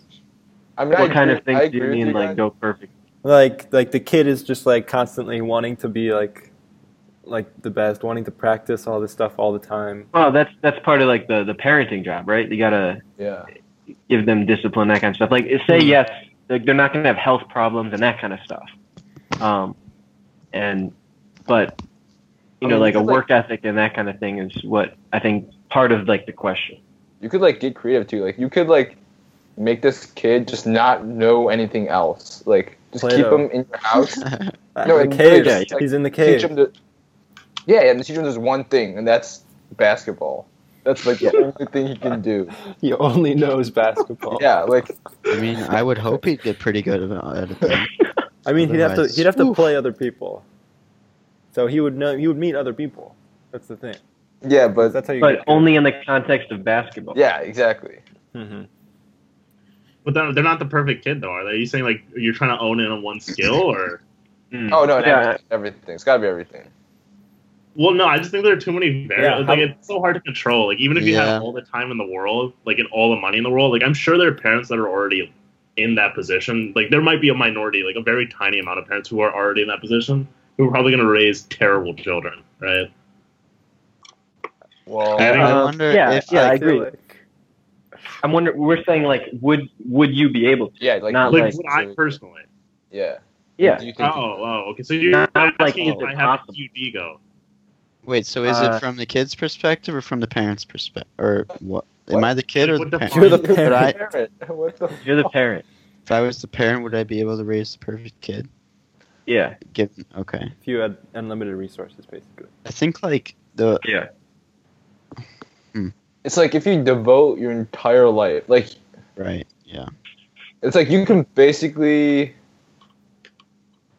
E: I-
D: I mean, I
G: what kind
D: agree-
G: of
D: I
G: things do you
D: agree with
G: mean, like
D: guys.
G: go perfect?
B: like like the kid is just like constantly wanting to be like like the best wanting to practice all this stuff all the time
G: Well, that's that's part of like the the parenting job, right? You gotta
D: Yeah.
G: give them discipline, that kind of stuff. Like say
E: Hmm.
G: yes, like they're not gonna have health problems and that kind of stuff. Um, and but you
D: I
G: know,
D: mean,
G: like a
D: it's
G: work ethic and that kind of thing is what I think part of like the question.
D: You could like get creative too. Like you could like make this kid just not know anything else. Like just
B: Play-Doh.
D: keep him in your house. No,
B: no,
D: it
B: the
D: really
B: cave
D: just, like,
B: he's in the
D: teach
B: cave
D: him to. Yeah, yeah, and teach him this one thing, and that's basketball. That's like the only thing he can do.
B: he only knows basketball
D: Yeah, like
E: I mean, I would hope he'd get pretty good at it. then.
B: i mean he'd have to
E: Otherwise-
B: he'd have to
E: Oof.
B: play other people so he would know he would meet other people that's the thing
D: yeah, but
B: that's how you
G: But only in the context of basketball.
D: yeah, exactly.
B: hmm
C: But they're they're not the perfect kid, though, are they? Are you saying like you're trying to own in on one skill, or?
G: Mm.
D: Oh no, no,
G: Yeah.
D: everything. It's got to be everything.
C: Well, no, I just think there are too many variables.
B: Yeah,
C: like,
B: how-
C: it's so hard to control. Like, even if you
E: Yeah.
C: have all the time in the world, like, and all the money in the world, like, I'm sure there are parents that are already in that position. Like, there might be a minority, like, a very tiny amount of parents who are already in that position who are probably going to raise terrible children, right?
D: Well,
C: I don't
E: I
G: Uh,
E: wonder
G: yeah,
E: if
G: yeah, I
E: like,
G: agree. I'm wondering. We're saying like, would would you be able to?
D: yeah, like
G: Not
C: Like,
G: like-
C: would I personally.
D: yeah,
G: Yeah.
D: Do you think-
C: Oh, oh, okay. So you're
G: Not
C: asking
G: like,
C: if
G: is it
C: I have
G: possible?
C: a huge ego.
E: wait. So is
G: Uh,
E: it from the kid's perspective or from the parents' perspective, or what? Am
D: What?
E: I the kid or
C: What the
E: the parent?
C: fuck? You're
B: the
E: Would
B: parent.
E: I,
D: What the?
G: You're the parent.
E: if I was the parent, would I be able to raise the perfect kid?
G: Yeah.
E: Given okay,
B: if you had unlimited resources basically
E: I think like the
G: Yeah.
D: It's like if you devote your entire life, like
E: right, yeah.
D: it's like you can basically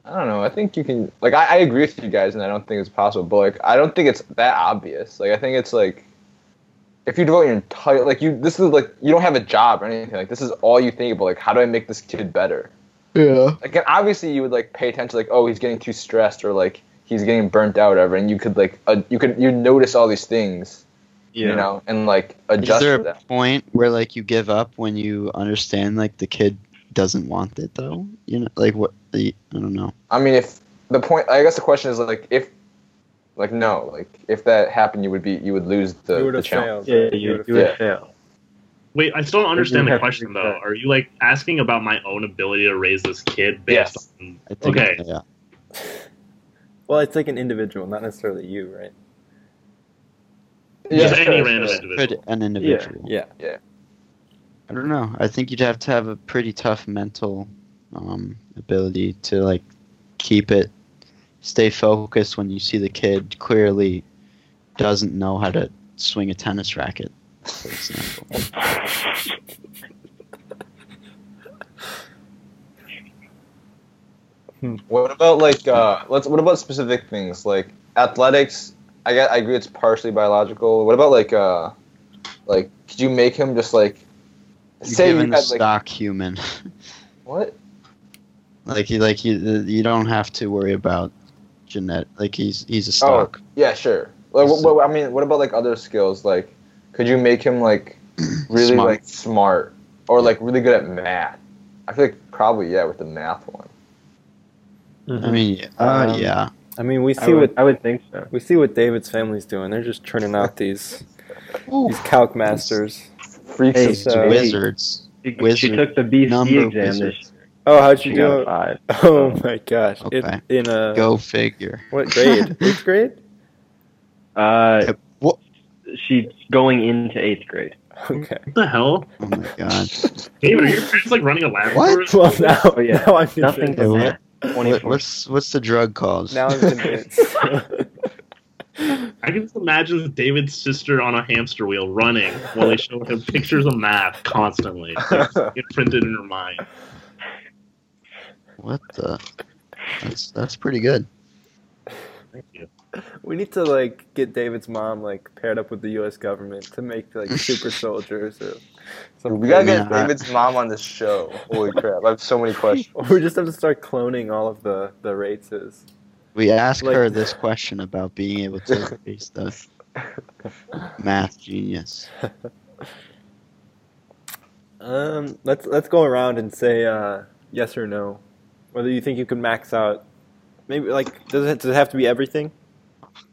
D: i don't know i think you can like I, I agree with you guys and i don't think it's possible but like i don't think it's that obvious like i think it's like if you devote your entire like you this is like you don't have a job or anything like this is all you think about like how do i make this kid better
E: Yeah.
D: like and obviously you would like pay attention like oh he's getting too stressed or like he's getting burnt out or whatever and you could like uh, you could you notice all these things you know and like
E: Is
D: adjust
E: there a
D: them
E: point where like you give up when you understand like the kid doesn't want it though? You know, like what the I don't know.
D: I mean, if the point, I guess the question is like, if, like, no, like, if that happened, you would be, you would lose the,
B: you would
D: the
B: have
D: challenge.
B: failed
G: Yeah.
B: right? You
G: You,
B: would've
G: you would
D: Yeah.
G: fail.
C: Wait, I still don't understand
G: have
C: the
G: to
C: question,
G: do
C: though.
G: that.
C: Are you, like, asking about my own ability to raise this kid based
D: Yes.
C: on.
E: I think
C: Okay.
E: yeah.
B: well it's like an individual not necessarily you right
D: Yeah,
C: Just any
D: sure,
C: random
D: sure.
C: individual.
E: Could an individual.
B: yeah
E: I don't know. I think you'd have to have a pretty tough mental um, ability to like keep it, stay focused when you see the kid clearly doesn't know how to swing a tennis racket, for example.
D: What about like, uh, let's, what about specific things like athletics? I got, I agree, it's partially biological. What about like, uh, like, could you make him just like,
E: You're
D: say you
E: given
D: had
E: the
D: like,
E: stock human.
D: what?
E: like you, like you, uh, you don't have to worry about genet. Like he's he's a stock.
D: Yeah, sure. Like, what,
E: So-
D: what, I mean, what about like other skills? Like, could you make him like really
E: Smart.
D: like smart or like really good at math? I feel like probably yeah with the math one.
E: I mean, uh,
B: Um,
E: yeah.
B: Mm-hmm. I mean we
G: I
B: see what
G: would, I would think so.
B: we see what david's family's doing they're just churning out these these calc masters
D: Freaks
G: Hey,
D: of
E: These
B: so-
E: wizards.
G: She, she
E: Wizard.
G: took the BC
E: Number
G: exam
E: wizard.
G: this year.
B: oh how'd
G: She
B: you
G: got
B: do
G: a five.
B: Oh my gosh! It-
E: Okay.
B: in a
E: Go figure.
B: what grade? Eighth grade?
G: Uh,
E: What?
G: she's going into eighth grade.
B: Okay.
C: What the hell?
E: Oh my god.
C: David, are your parents, like, running a laboratory?
B: Well now,
G: Oh, yeah.
B: now I'm
G: Nothing
B: convinced.
E: Yeah,
G: but
E: what-
G: math. Twenty
E: What-
G: points.
E: what's what's the drug called?
B: Now I'm convinced.
C: I can just imagine David's sister on a hamster wheel running while they show him pictures of math constantly. It's like, imprinted in her mind.
E: What the? That's that's pretty good.
C: Thank you.
B: We need to like get David's mom like paired up with the U.S. government to make like super soldiers or something.
D: We gotta get
E: Yeah.
D: David's mom on this show. Holy crap! I have so many questions.
B: Or we just have to start cloning all of the the races.
E: We asked
B: Like-
E: her this question about being able to raise the math genius.
B: Um, let's let's go around and say uh, yes or no. Whether you think you can max out, maybe like does it does it have to be everything?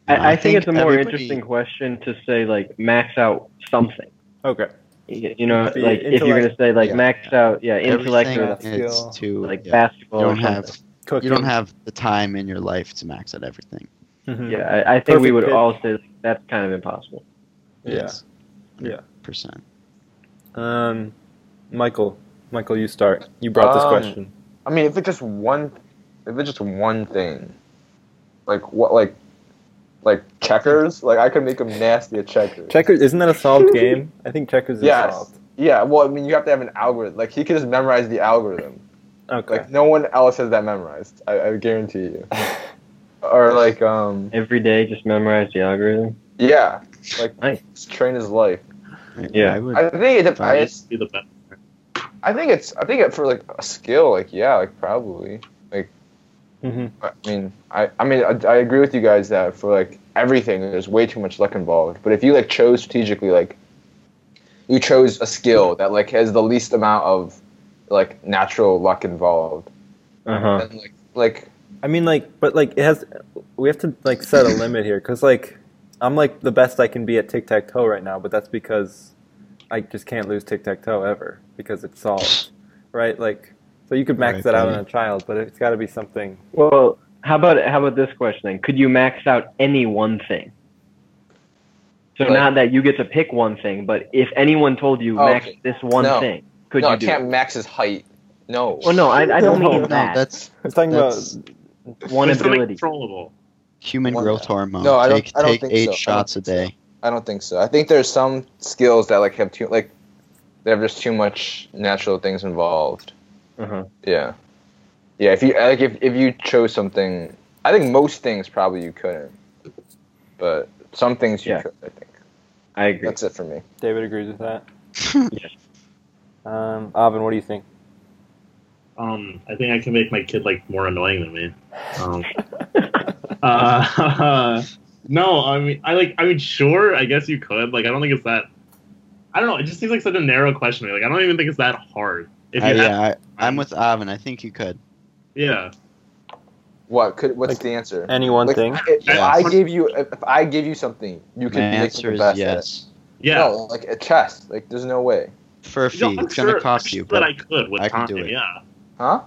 G: I, I think, it's a more
E: everybody-
G: interesting question to say like max out something.
B: Okay.
G: You you know,
B: Be
G: like if you're
B: intellect-
G: gonna say like
E: yeah.
G: max out, yeah, intellect or
E: Everything is
B: skill.
E: to
G: like
E: yeah.
G: basketball.
E: you don't
G: or something.
E: have
B: Cooking.
E: you don't have the time in your life to max out everything.
B: Mhm.
G: Yeah, I, I think we
B: Perfect
G: would
B: pitch.
G: all say like, that's kind of impossible.
B: Yeah.
E: Yes.
B: Yeah.
E: Percent.
B: Um, Michael, Michael, you start. You brought this
D: Um,
B: question.
D: I mean, if it's just one, if it's just one thing, like what, like, like checkers. Like I could make them nasty at checkers.
B: Checkers isn't that a solved game? I think checkers is
D: Yes.
B: solved.
D: Yeah. Well, I mean, you have to have an algorithm. Like he could just memorize the algorithm.
B: Okay.
D: Like no one else has that memorized. I, I guarantee you. or like, um,
G: Every day, just memorize the algorithm.
D: yeah, like
G: Nice.
D: just train his life.
G: Yeah.
E: I would,
D: I think it. I,
E: Right.
C: Be the best.
D: I think it's. I think it for like a skill. Like yeah, like probably.
E: Mm-hmm.
B: hmm
D: I mean, I, I mean, I, I agree with you guys that for like everything, there's way too much luck involved. But if you like chose strategically, like you chose a skill that like has the least amount of like natural luck involved,
G: Uh
E: Uh-huh.
G: huh.
D: then like like
B: I mean, like, but like, it has. We have to like set a limit here, because like, I'm like the best I can be at tic tac toe right now, but that's because I just can't lose tic tac toe ever because it's solved, right? Like, so you could max
E: Right,
B: that out
E: yeah.
B: on a child, but it's got to be something.
G: Well, how about how about this question then? Could you max out any one thing? So
D: Like-
G: not that you get to pick one thing, but if anyone told you
D: Oh,
G: max
D: okay.
G: this one
D: No.
G: thing, could
D: no,
G: you
D: I
G: do?
D: can't max his height. No.
G: It? Well, no, I, I don't
B: No,
G: mean
E: no,
G: that.
E: that's
B: It's talking
E: that's
B: about
G: one
C: There's something
G: ability.
C: controllable.
E: human
D: One-
E: growth hormone.
D: No, I don't-
E: take
D: I don't
E: take
D: think
E: eight
D: so. I
E: shots a
D: don't think
E: day.
D: I don't think so. I think there's some skills that like have too like they have just too much natural things involved.
G: Uh-huh.
D: Yeah, yeah. If you like, if if you chose something, I think most things probably you couldn't, but some things you
G: Yeah.
D: could. I think
G: I agree.
D: that's it for me.
B: David agrees with that. Um, Avin, what do you think?
C: Um, I think I can make my kid like more annoying than me. Um, uh, no, I mean, I like, I mean, sure, I guess you could. Like, I don't think it's that. I don't know. It just seems like such a narrow question. to me. Like, I don't even think it's that hard. If you
E: I-
C: have, yeah.
E: Uh, yeah, I, I'm with Avin. I think you could.
D: What could? What's
B: Like,
D: the answer?
B: Any one
D: Like,
B: thing?
D: If
E: Yeah.
D: I gave you, if if I give you something, you
E: My
D: could make it
E: answer
D: the
E: is
D: best. at it.
E: yes.
C: yeah.
D: No, like a chess. Like there's no way.
E: For a
C: You know,
E: fee,
C: I'm
E: it's gonna
C: sure-
E: cost
C: I'm
E: you.
C: sure that
E: But
C: I could with
E: I
C: time.
E: can do it.
C: Yeah.
D: Huh?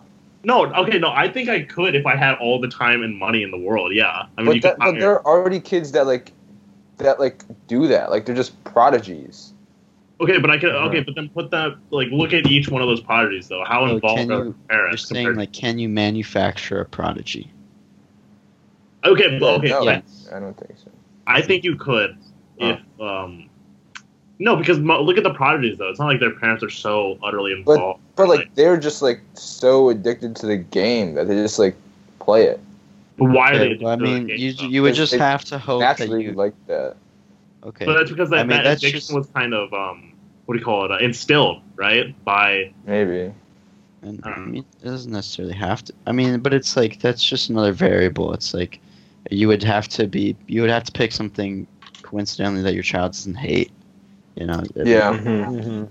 C: No. Okay. No. I think I could if I had all the time and money in the world. Yeah. I mean, you
D: but that,
C: could
D: but there are already kids that like, that like do that. Like they're just prodigies.
C: Okay, but I could.
G: Uh-huh.
C: Okay, but then put that. Like, look at each one of those prodigies, though. How
E: So
C: involved
E: Oh, can
C: are
E: you-
C: the parents?
E: you're saying
C: compared-
E: like, can you manufacture a prodigy?
C: okay, but, okay.
D: no,
E: yeah.
D: I don't think so.
C: I think you could if. um No, because mo- look at the prodigies though. It's not like their parents are so utterly
D: But-
C: involved.
D: But like they're just like so addicted to the game that they just like play it
C: But why are
E: Okay,
C: they?
E: well, I mean, you you would
D: It's-
E: just
D: it's
E: have to hope that
D: naturally
E: you.
D: like that.
E: Okay.
C: but that's because that,
E: I mean,
C: that
E: that's
C: addiction
E: just-
C: was kind of um what do you call it uh, instilled right by
D: Maybe.
E: And,
C: I
E: I
C: don't
E: mean, it doesn't necessarily have to. I mean, but it's like that's just another variable. It's like you would have to be, you would have to pick something coincidentally that your child doesn't hate. You know. It-
D: Yeah.
G: Mhm.
B: Mm-hmm.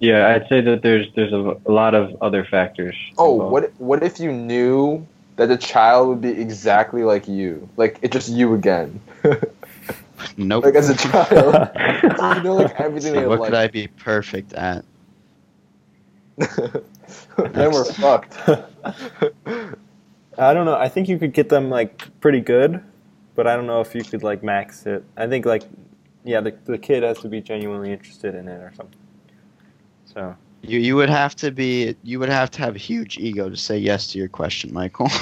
G: Yeah, I'd say that there's there's a, a lot of other factors.
D: Oh,
G: involved.
D: what what if you knew that the child would be exactly like you, like it's just you again,
E: Nope.
D: like as a child. you know, like everything they
E: So what
D: like.
E: could I be perfect at?
D: then we're fucked.
B: I don't know. I think you could get them like pretty good, but I don't know if you could like max it. I think like yeah, the the kid has to be genuinely interested in it or something. So
E: You you would have to be, you would have to have a huge ego to say yes to your question, Michael.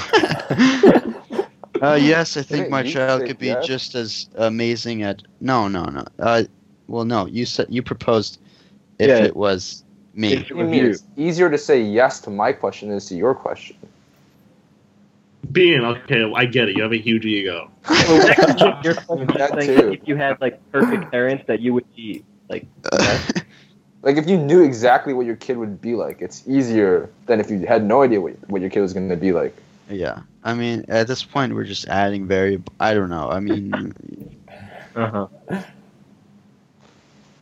E: Uh, yes, I think
D: it
E: my
D: you
E: child
D: say
E: could be
D: yes?
E: just as amazing at. No, no, no. Uh, well, no. You said you proposed if
G: Yeah.
E: it was me
G: If-
D: What do you mean? It's easier to say yes to my question than to your question.
C: Being okay, I get it. You have a huge ego.
G: Your question was
D: That
G: saying
D: too.
G: if you had like perfect parents, that you would be like
D: like if you knew exactly what your kid would be like, it's easier than if you had no idea what, what your kid was going to be like.
E: yeah. I mean, at this point, we're just adding variable. I don't know. I mean,
G: uh huh.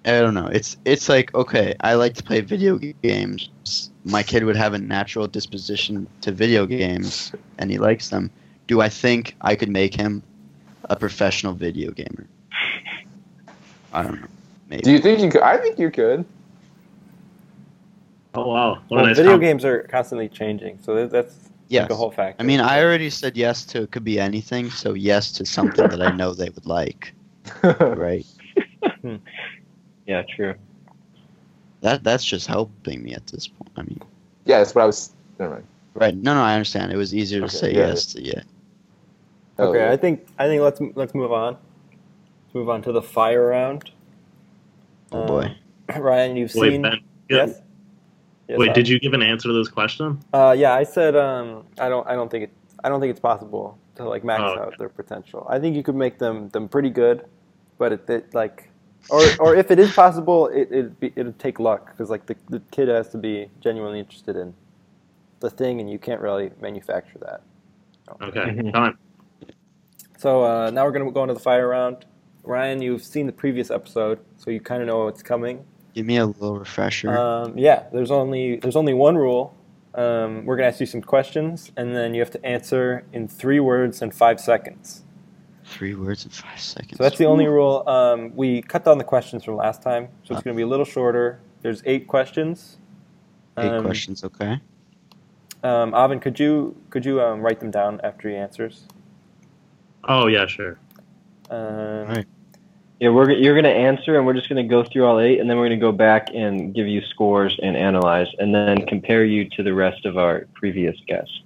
E: I don't know. It's it's like okay, I like to play video games. My kid would have a natural disposition to video games, and he likes them. Do I think I could make him a professional video gamer? I don't know. Maybe.
D: Do you think you could? I think you could.
C: Oh wow, what a
B: Well,
C: nice
B: video
C: comp-
B: games are constantly changing, so that, that's
E: yes.
B: like a whole factor.
E: I mean, I already said yes to it could be anything, so yes to something that I know they would like, right?
G: Yeah, true.
E: That that's just helping me at this point. I mean,
D: yeah, that's what I was. Never mind.
E: right? No, no, I understand. It was easier to
D: Okay,
E: say
D: yeah,
E: yes to yeah. uh,
D: Hell
B: okay,
D: yeah.
B: I think I think let's let's move on. Let's move on to the fire round.
D: Uh,
E: Oh boy.
B: Ryan, you've
C: Wait,
B: seen
C: Ben.
B: yes.
C: Wait, did you give an answer to this question?
B: Uh, yeah, I said um, I don't. I don't think it. I don't think it's possible to like max
C: Oh, okay.
B: out their potential. I think you could make them them pretty good, but it, it like, or or if it is possible, it it'd, be, it'd take luck because like the the kid has to be genuinely interested in the thing, and you can't really manufacture that.
C: Okay,
B: Mm-hmm.
G: Mhm.
C: time.
B: So uh, now we're gonna go into the fire round. Ryan, you've seen the previous episode, so you kind of know what's coming.
E: Give me a little refresher.
B: Um, yeah, there's only there's only one rule. Um, we're gonna ask you some questions, and then you have to answer in three words and five seconds.
E: Three words in five seconds.
B: So that's the only rule. Um, we cut down the questions from last time,
E: Ah.
B: so it's gonna be a little shorter. There's eight questions.
E: Eight
B: Um,
E: questions, okay?
B: Um, Avin, could you could you um, write them down after he answers?
C: Oh yeah, sure.
B: Um,
E: right.
G: Yeah, we're g- you're gonna answer, and we're just gonna go through all eight, and then we're gonna go back and give you scores and analyze, and then compare you to the rest of our previous guests.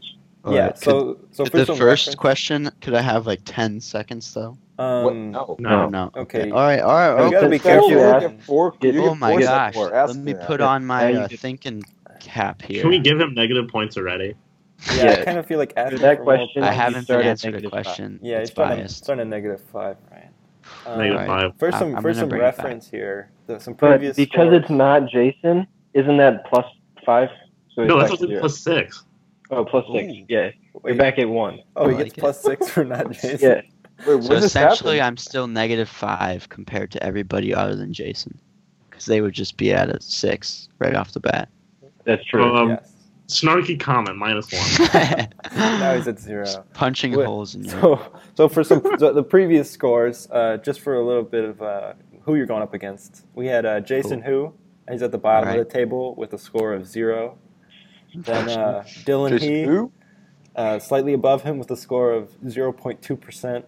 B: Yeah.
E: Alright, could-
B: so so
E: could
B: first
E: the
B: one
E: first
B: reference-
E: question, could I have like 10 seconds though?
D: What?
B: Um,
D: No.
C: No.
E: I don't know.
B: Okay.
E: All right, all right.
B: You
E: all
B: gotta
E: right.
B: be
D: That's what
B: careful.
D: you
G: Ask-
D: get for- you
G: get-
D: get
E: oh my
D: points
E: gosh.
D: for
E: Let
D: asking
E: me
D: that.
E: put on my
G: Yeah, you
E: uh,
G: just-
E: thinking cap here.
C: Can we give him negative points already?
B: yeah, I
G: Yeah.
B: kind of feel like asking
G: After that
B: for more
G: question,
E: I
B: points.
G: you
E: haven't
G: start
E: been
G: at
E: answered a
G: negative
E: question.
B: Yeah,
E: it's
B: it's starting,
E: biased.
B: starting at negative five, Ryan. Um,
C: Negative
E: Alright.
C: five.
B: First,
E: I-
B: some
E: I'm
B: first
E: gonna
B: some
E: bring it back.
B: reference here. The, some
G: But
B: previous
G: because
B: scores.
G: it's not Jason, isn't that plus five? So it's
C: No, that's
G: back
C: also
G: to
C: plus six.
G: zero. oh plus six.
E: Ooh.
G: Yeah,
B: Wait,
G: you're back at one.
B: Oh, he gets
E: I like it.
B: plus six for not Jason.
G: Yeah,
D: Wait, what
E: So
D: just
E: essentially,
D: happened?
E: I'm still negative five compared to everybody other than Jason, because they would just be at a six right off the bat.
G: that's true.
C: Um,
B: yes.
C: Snarky comment minus one.
B: Now he's at zero.
E: Just punching
B: Wait,
E: holes in your
B: So, so for some so the previous scores, uh, just for a little bit of uh, who you're going up against, we had uh, Jason Who, he's at the bottom of
E: Alright.
B: the table with a score of zero. Then uh, Dylan
D: Just
B: He,
D: who?
B: uh, slightly above him with a score of 0.2%.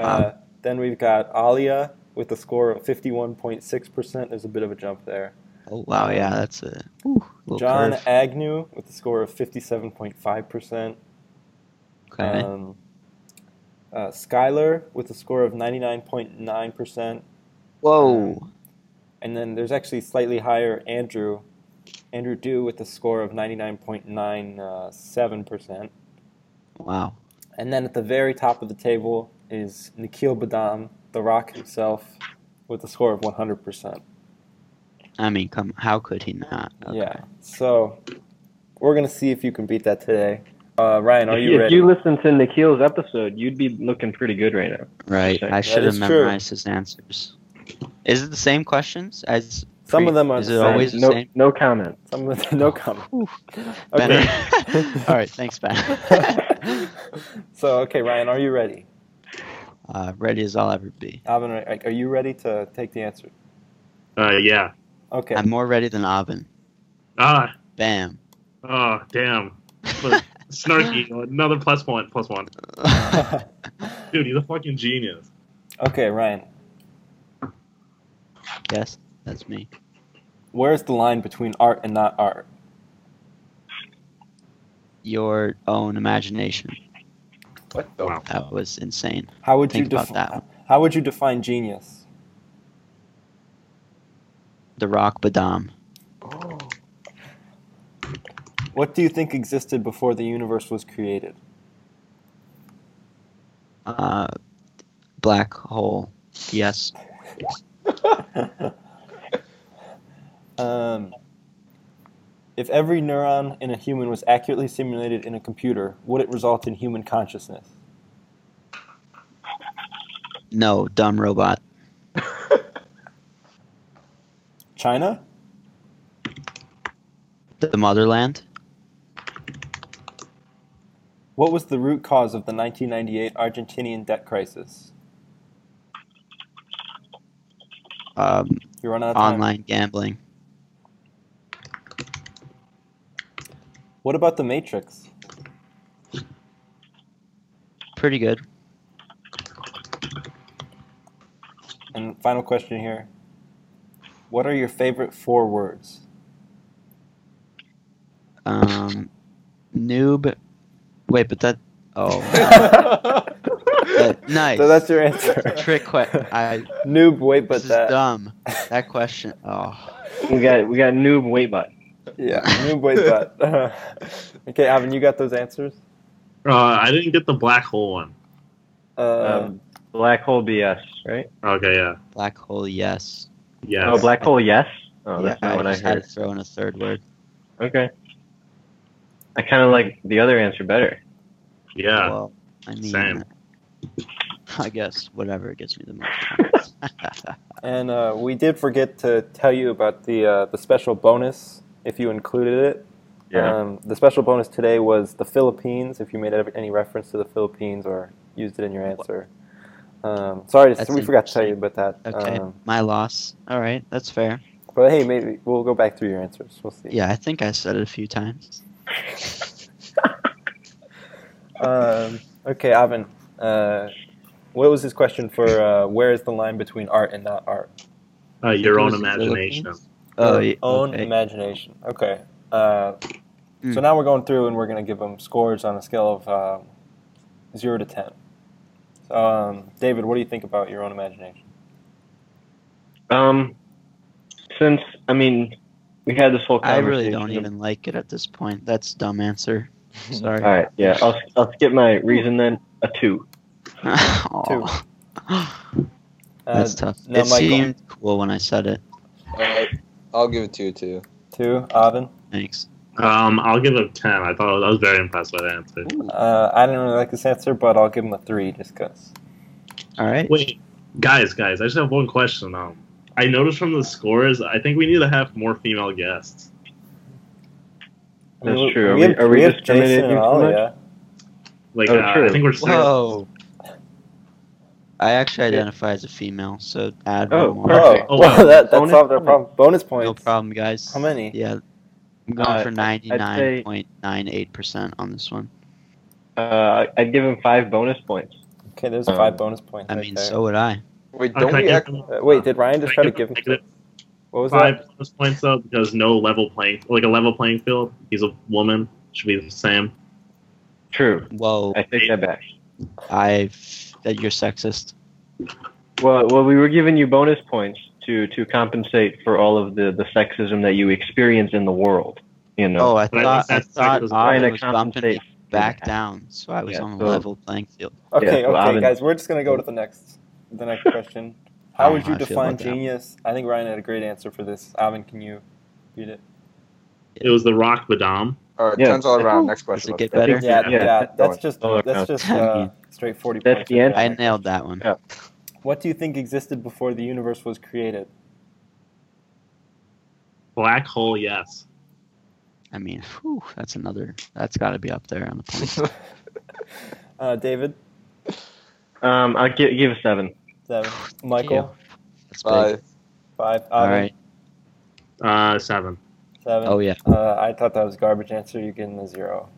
E: Ah.
B: Uh, then we've got Alia with a score of 51.6%. There's a bit of a jump there.
E: Oh wow, yeah, that's a ooh, little
B: John
E: curve.
B: Agnew with a score of 57.5%.
E: Okay.
B: Um, uh, Skylar with a score of 99.9%.
E: Whoa.
B: And then there's actually slightly higher Andrew. Andrew Dew with a score of 99.97%.
E: Wow.
B: And then at the very top of the table is Nikhil Badam, The Rock himself, with a score of 100%.
E: I mean, come, how could he not? Okay.
B: Yeah. So we're going to see if you can beat that today. Uh, Ryan, are
G: if,
B: you
G: if
B: ready?
G: you listen to Nikhil's episode, you'd be looking pretty good right now.
E: Right.
G: That
E: I should have
B: is true.
E: memorized his answers. Is it the same questions as
B: Some
E: pre-
B: of them are
E: Is
B: the
E: it
B: same.
E: always the
G: no,
E: same?
G: no comment.
B: Some with no comment.
E: Ben.
B: Okay.
E: All right. Thanks, Ben.
B: so, okay, Ryan, are you ready?
E: uh, ready as I'll ever be.
B: Alvin, are are you ready to take the answer?
C: Uh, yeah.
B: Okay.
E: I'm more ready than Avin.
C: Ah,
E: Bam.
C: oh damn. But Snarky, another plus one, plus one. Dude, he's a fucking genius.
B: okay, Ryan,
E: yes, that's me.
B: where's the line between art and not art?
E: Your own imagination.
D: What the?
C: Wow.
E: That was insane.
B: How would
E: Think
B: you
E: about that one.
B: How would you define genius?
E: The Rock Badam.
B: What do you think existed before the universe was created?
E: Uh, black hole. Yes.
B: Um, if every neuron in a human was accurately simulated in a computer, would it result in human consciousness?
E: No. Dumb robot.
B: China?
E: The motherland.
B: What was the root cause of the 1998 Argentinian debt crisis?
E: Um,
B: You run out of time.
E: online gambling.
B: What about the Matrix?
E: Pretty good.
B: And final question here. What are your favorite four words?
E: Um, noob. Wait, but that. Oh. That- Uh, nice.
B: So that's your answer.
E: trick question. I.
B: Noob, wait, but
E: this is
B: that.
E: dumb. That question. Oh.
G: We got we got noob wait bot.
B: Yeah, noob, wait, but. okay, Avin, you got those answers?
C: Uh, I didn't get the black hole one.
B: Uh,
G: Um, black hole BS, right?
C: Okay, yeah,
E: Black hole. Yes.
C: yeah.
G: Oh, black hole yes. Oh, that's
E: yeah,
G: not
E: I
G: what I
E: just had
G: heard.
E: to throw in a third word.
G: Okay. I kind of like the other answer better.
C: yeah.
E: Well, I mean,
C: Same.
E: I guess whatever gets me the most. points.
B: and uh, we did forget to tell you about the, uh, the special bonus, if you included it. Um, the special bonus today was the Philippines, if you made ever- any reference to the Philippines or used it in your answer. Um, sorry,
E: That's
B: we forgot to tell you about that.
E: okay,
B: Um,
E: my loss. All right, that's fair.
B: but hey, maybe we'll go back through your answers. We'll see.
E: Yeah, I think I said it a few times.
B: Um, okay, Avin, uh, what was his question for uh, where is the line between art and not art?
C: Uh, your own
E: Was it
C: imagination.
E: Philippines? Oh,
B: Your
E: yeah,
B: own
E: okay.
B: imagination. Okay. Uh, So
E: Mm.
B: now we're going through and we're going to give them scores on a scale of um, zero to ten. So, um, David, what do you think about your own imagination?
G: Um, since I mean, we had this whole
E: I
G: conversation.
E: really don't even like it at this point. That's dumb answer. Sorry.
G: All right, yeah, I'll I'll skip my reason then. A two.
E: Aw.
B: Uh,
E: That's tough.
B: now
E: it
B: Michael.
E: seemed cool when I said it.
D: Alright, I'll give it to you too.
B: two, Avin.
E: Thanks.
C: Um, I'll give it a ten. I thought I was very impressed by that answer.
B: Uh, I didn't really like this answer, but I'll give him a three just because.
E: All right.
C: Wait, guys, guys, I just have one question. Um, I noticed from the scores, I think we need to have more female guests.
G: That's true. Are we- are we discriminating too much?
B: yeah.
C: Like,
G: Oh,
C: uh,
G: true.
C: I think we're just
E: Whoa. I actually identify as a female, so add
G: Oh,
E: one more.
G: perfect.
B: Oh,
G: Okay.
C: Oh,
B: well,
C: wow.
B: that, that
G: Bonus
B: solved our
G: points.
B: problem. Bonus points.
E: No problem, guys.
B: How many?
E: Yeah. I'm going
G: Uh,
E: for
G: say-
E: 99.98% on this one.
G: Uh, I'd give him five bonus points.
B: Okay, there's
D: Um,
B: five bonus points.
E: I
B: right
E: mean,
B: there.
E: so would I.
D: Wait,
C: Uh,
D: don't
C: can I
D: we
C: give
D: act?
C: them-
B: Uh, wait, did Ryan just try
C: can I
B: to
C: give
B: give him?
C: them negative
B: What was
C: five
B: that?
C: plus points though? Because no level playing, like a level playing field. He's a woman. Should be the same.
G: True.
E: Whoa,
G: I take that back.
E: I that you're sexist.
G: Well, well, we were giving you bonus points to to compensate for all of the the sexism that you experience in the world. You know.
E: Oh, I
C: But I
E: thought I
C: think that's
E: thought
C: sexist.
E: I
G: Trying to
E: was bumping me
G: compensate.
E: back down, so I was
G: Yeah,
E: on a
G: so-
E: level playing field.
B: Okay,
G: Yeah, so
B: okay,
G: Avin-
B: guys, we're just gonna go to the next, the next question. How
E: Oh,
B: would you
E: I feel
B: define
E: about that.
B: genius? I think Ryan had a great answer for this. Avin, can you read it?
C: It was the Rock Badam.
D: Alright,
G: Yeah.
D: tens uh, all around.
E: Ooh.
D: Next question.
E: Does it get
G: I
E: better?
G: think-
B: Yeah, yeah,
G: Yeah.
B: that's just
G: Oh, okay.
B: that's just
E: I
B: uh,
E: mean,
B: straight forty
G: that's
B: points.
G: the
B: right
G: answer.
E: I
B: there.
E: nailed that one.
G: Yeah.
B: What do you think existed before the universe was created?
C: Black hole. Yes.
E: I mean, whew, that's another. That's got to be up there on the point.
B: Uh, David,
E: Oh.
G: Um, I'll give give a seven.
B: seven. Michael,
E: That's big.
D: Five.
B: five. Avin,
E: All right.
C: Uh, seven.
B: seven.
E: Oh yeah.
B: Uh, I thought that was a garbage answer. You're getting a zero.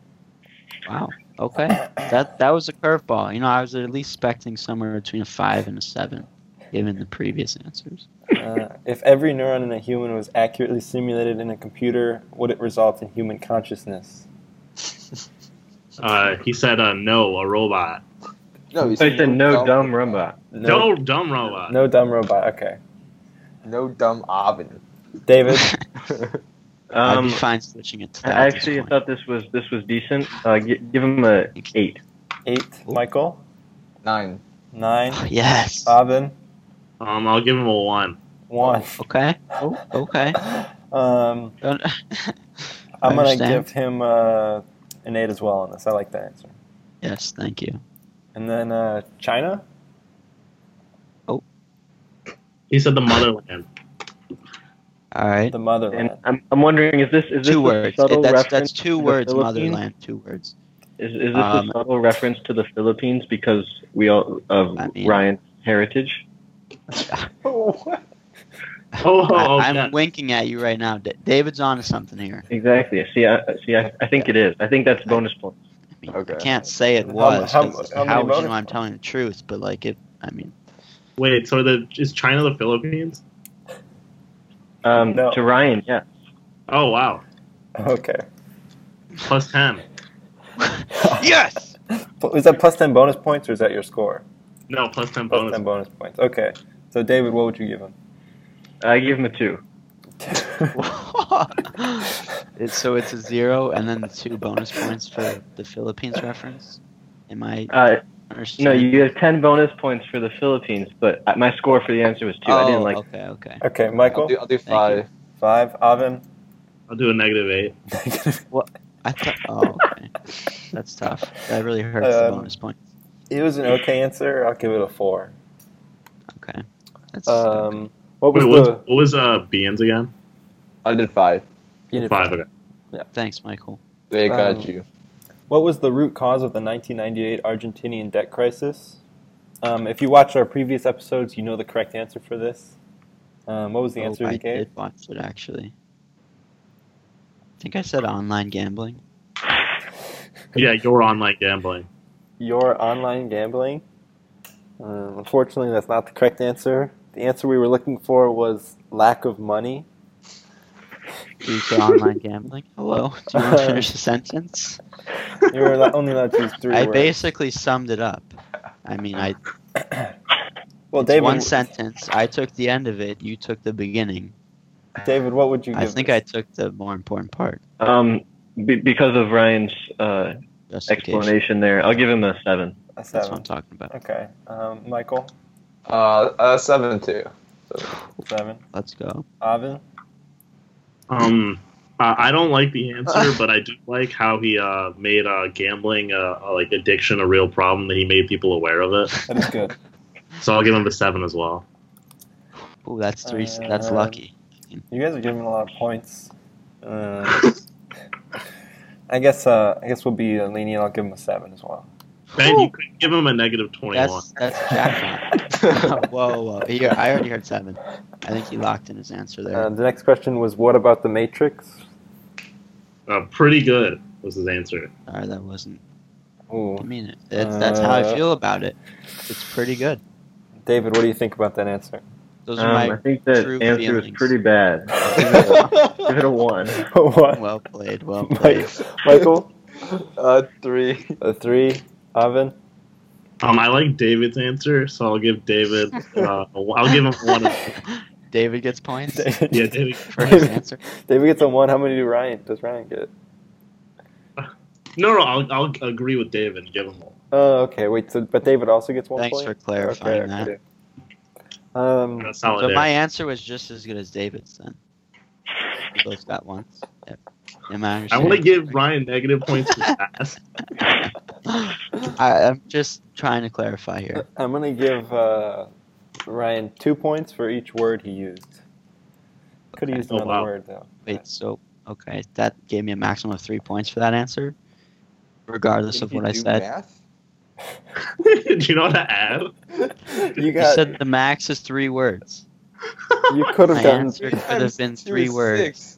E: Wow. Okay. That that was a curveball. You know, I was at least expecting somewhere between a five and a seven, given the previous answers.
B: Uh, if every neuron in a human was accurately simulated in a computer, would it result in human consciousness?
C: Uh, he said, uh, "No, a robot.
D: No, you
G: So I said no dumb robot.
F: No,
C: No, dumb robot."
B: No dumb robot. Okay.
D: No dumb oven.
B: David,
E: I'd be
G: Um,
E: fine switching it to that.
G: I
E: at this
G: actually uh,
E: point.
G: thought this was this was decent. Uh, gi- give him a eight.
B: eight. Michael,
D: Nine.
B: nine.
E: Oh, yes.
G: uh,
B: Robin,
C: Um, I'll give him a one.
B: one.
E: okay. Oh, okay.
B: Um,
E: Don't-
B: I'm going to
E: understand.
B: give him uh, an eight as well on this. I like that answer.
E: yes, thank you.
B: And then uh, China,
C: He said, "The motherland."
E: All right.
B: the
G: And
B: motherland.
G: I'm, I'm wondering is this is this
E: Two
G: a
E: words.
G: subtle
E: It- that's, that's
G: reference
E: two
G: to the
E: words,
G: Philippines?
E: motherland. Two words.
G: Is, is this
E: Um,
G: a subtle reference to the Philippines because we all of
E: I mean-
G: Ryan's heritage?
C: Oh, oh,
E: I,
C: okay.
E: I'm winking at you right now. Da- David's onto something here.
G: Exactly. See, I, see, I, I think it is. I think that's bonus points.
E: I mean,
D: Okay.
E: I can't say it
B: How-
E: was.
B: how-
E: 'cause
B: how many
E: how would you
B: bonus
E: know I'm
B: points?
E: telling the truth? But like it, I mean,
C: Wait, so the is China the Philippines?
G: Um,
B: No.
G: To Ryan, yeah.
C: Oh wow,
B: Okay.
C: plus ten.
E: yes.
B: Pl- Is that plus 10 bonus points or is that your score?
C: No, plus ten
B: Plus
C: bonus.
B: 10 bonus points. Okay. So, David, what would you give him?
G: I give him a two.
E: it's, so it's a zero, and then the two bonus points for the Philippines reference. Am I
G: Uh, no,
E: understanding?
G: you have ten bonus points for the Philippines, but I- my score for the answer was two.
E: Oh,
G: I didn't like.
E: Okay, okay.
B: okay,
D: I'll
B: Michael,
D: do, I'll do
E: you.
D: five.
B: five. Avin,
C: I'll do a negative eight.
E: I thought. Oh, okay. That's tough. That really hurts the
B: Um,
E: bonus points.
B: it was an okay answer. I'll give it a four.
E: Okay. That's
B: Um, what was
C: Wait, what,
B: the.
C: what was uh Beans again?
D: I did five.
C: Five. Okay.
E: thanks, Michael.
D: They got
B: Um,
D: you.
B: What was the root cause of the 1998 Argentinian debt crisis? Um, if you watched our previous episodes, you know the correct answer for this. Um, what was the
E: Oh,
B: answer
E: I
B: we gave?
E: did watch it actually. I think I said online gambling.
C: Yeah, you're online gambling.
B: Your online gambling. Um, unfortunately, that's not the correct answer. The answer we were looking for was lack of money.
E: Due to online gambling. Hello. Do you want to finish the sentence?
B: You were la- only allowed to use three
E: I
B: words.
E: basically summed it up. I mean, I
B: well,
E: it's
B: David,
E: one sentence. I took the end of it. You took the beginning.
B: David, what would you give?
E: I think I took the more important part.
G: Um, be, because of Ryan's uh,
E: Justification.
G: explanation there, I'll give him a seven.
B: a
E: That's what
B: seven.
E: I'm talking about.
B: Okay, um, Michael,
D: Uh, uh, seven two.
B: seven.
E: Let's go.
B: Avin,
C: Um, uh, I don't like the answer, but I do like how he uh made uh gambling uh uh, like addiction a real problem that he made people aware of it.
B: that is good.
C: So I'll give him a seven as well.
E: Ooh, that's three. that's
B: Um,
E: lucky.
B: You guys are giving a lot of points. Uh, I guess uh, I guess we'll be uh, lenient. I'll give him a seven as well.
C: Ben, you could give him a negative twenty-one.
E: That's that's jackpot. whoa, whoa! He, I already heard seven. I think he locked in his answer there.
B: Uh, the next question was, what about the Matrix?
C: Uh, pretty good was his answer.
E: Sorry, that wasn't. I
B: Ooh,
E: mean, it, that's that's how
B: Uh,
E: I feel about it. It's pretty good.
B: David, what do you think about that answer?
E: Those
G: Um,
E: are
G: I
E: my
G: think that
E: true
G: answer was
E: feelings.
G: pretty bad. give it a one.
B: what?
E: well played. Well played.
B: Mike, Michael,
D: Uh, three.
B: a three. Avin,
C: Um, I like David's answer, so I'll give David. Uh, a one- I'll give him one.
E: David gets points
B: David,
C: Yeah, David.
E: for his answer.
B: David gets a one. How many do Ryan? Does Ryan get?
C: No, no, I'll, I'll agree with David. and Give him one.
B: Oh, okay. Wait, so but David also gets one
E: Thanks for
B: point.
E: clarifying that.
B: okay. Um,
C: That's solid.
E: So
C: there.
E: my answer was just as good as David's. Then we both got one. Yep. Am I?
C: I want to
E: understanding
C: give
E: correctly?
C: Ryan negative points for that.
E: I, I'm just trying to clarify here.
B: I'm gonna give uh, Ryan two points for each word he used. Could have
E: Okay.
B: used
C: Oh,
B: another
C: wow.
B: word though.
E: Wait, so okay, that gave me a maximum of three points for that answer, regardless of
D: Did you
E: what I
D: do
E: said.
D: math?
C: Do you know how to add?
B: You
E: You
B: got.
E: said the max is three words.
B: you could
E: My
B: have gotten.
E: answer could have been
D: Times
E: three
D: two is
E: words.
D: six.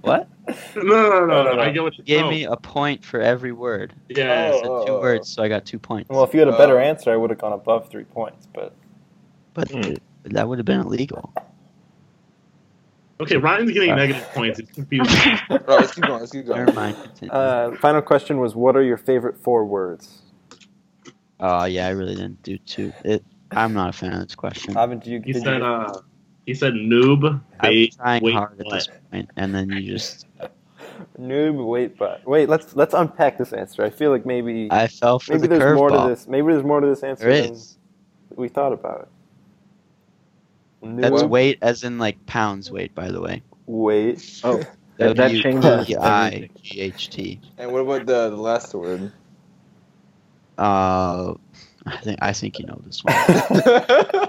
E: What?
C: No, no, no, no.
B: no, no.
C: I get what you
E: You gave
C: oh,
E: me a point for every word. I
C: Yeah,
E: said two
D: Oh, oh,
E: words, so I got two points.
B: Well, if you had a better
D: Uh,
B: answer, I would have gone above three points. But
E: but
G: hmm.
E: that would have been illegal.
C: Okay, Ryan's getting negative points. It's confusing.
D: Bro, let's keep going. Let's keep going.
E: Never mind. continue.
B: Uh, final question was, what are your favorite four words?
E: oh yeah, I really didn't do too. It, I'm not a fan of this question. I'm
B: Avin, do you,
C: He
B: did
C: said,
B: you-
C: uh, he said noob,
E: was
C: bait,
E: trying
C: wait,
E: hard at
C: what?
E: this point, and then you just.
B: noob, wait, but wait, let's let's unpack this answer. I feel like maybe
E: I fell for
B: maybe
E: the
B: there's more to
E: curveball.
B: this. Maybe there's more to this answer
E: There
B: than
E: is.
B: we thought about. Noob,
E: That's
D: Well-
E: weight, as in like pounds weight, by the way.
B: wait.
G: Oh, that, that changes.
E: I G H T.
D: And what about the, the last word?
E: Uh, I think I think you know this one.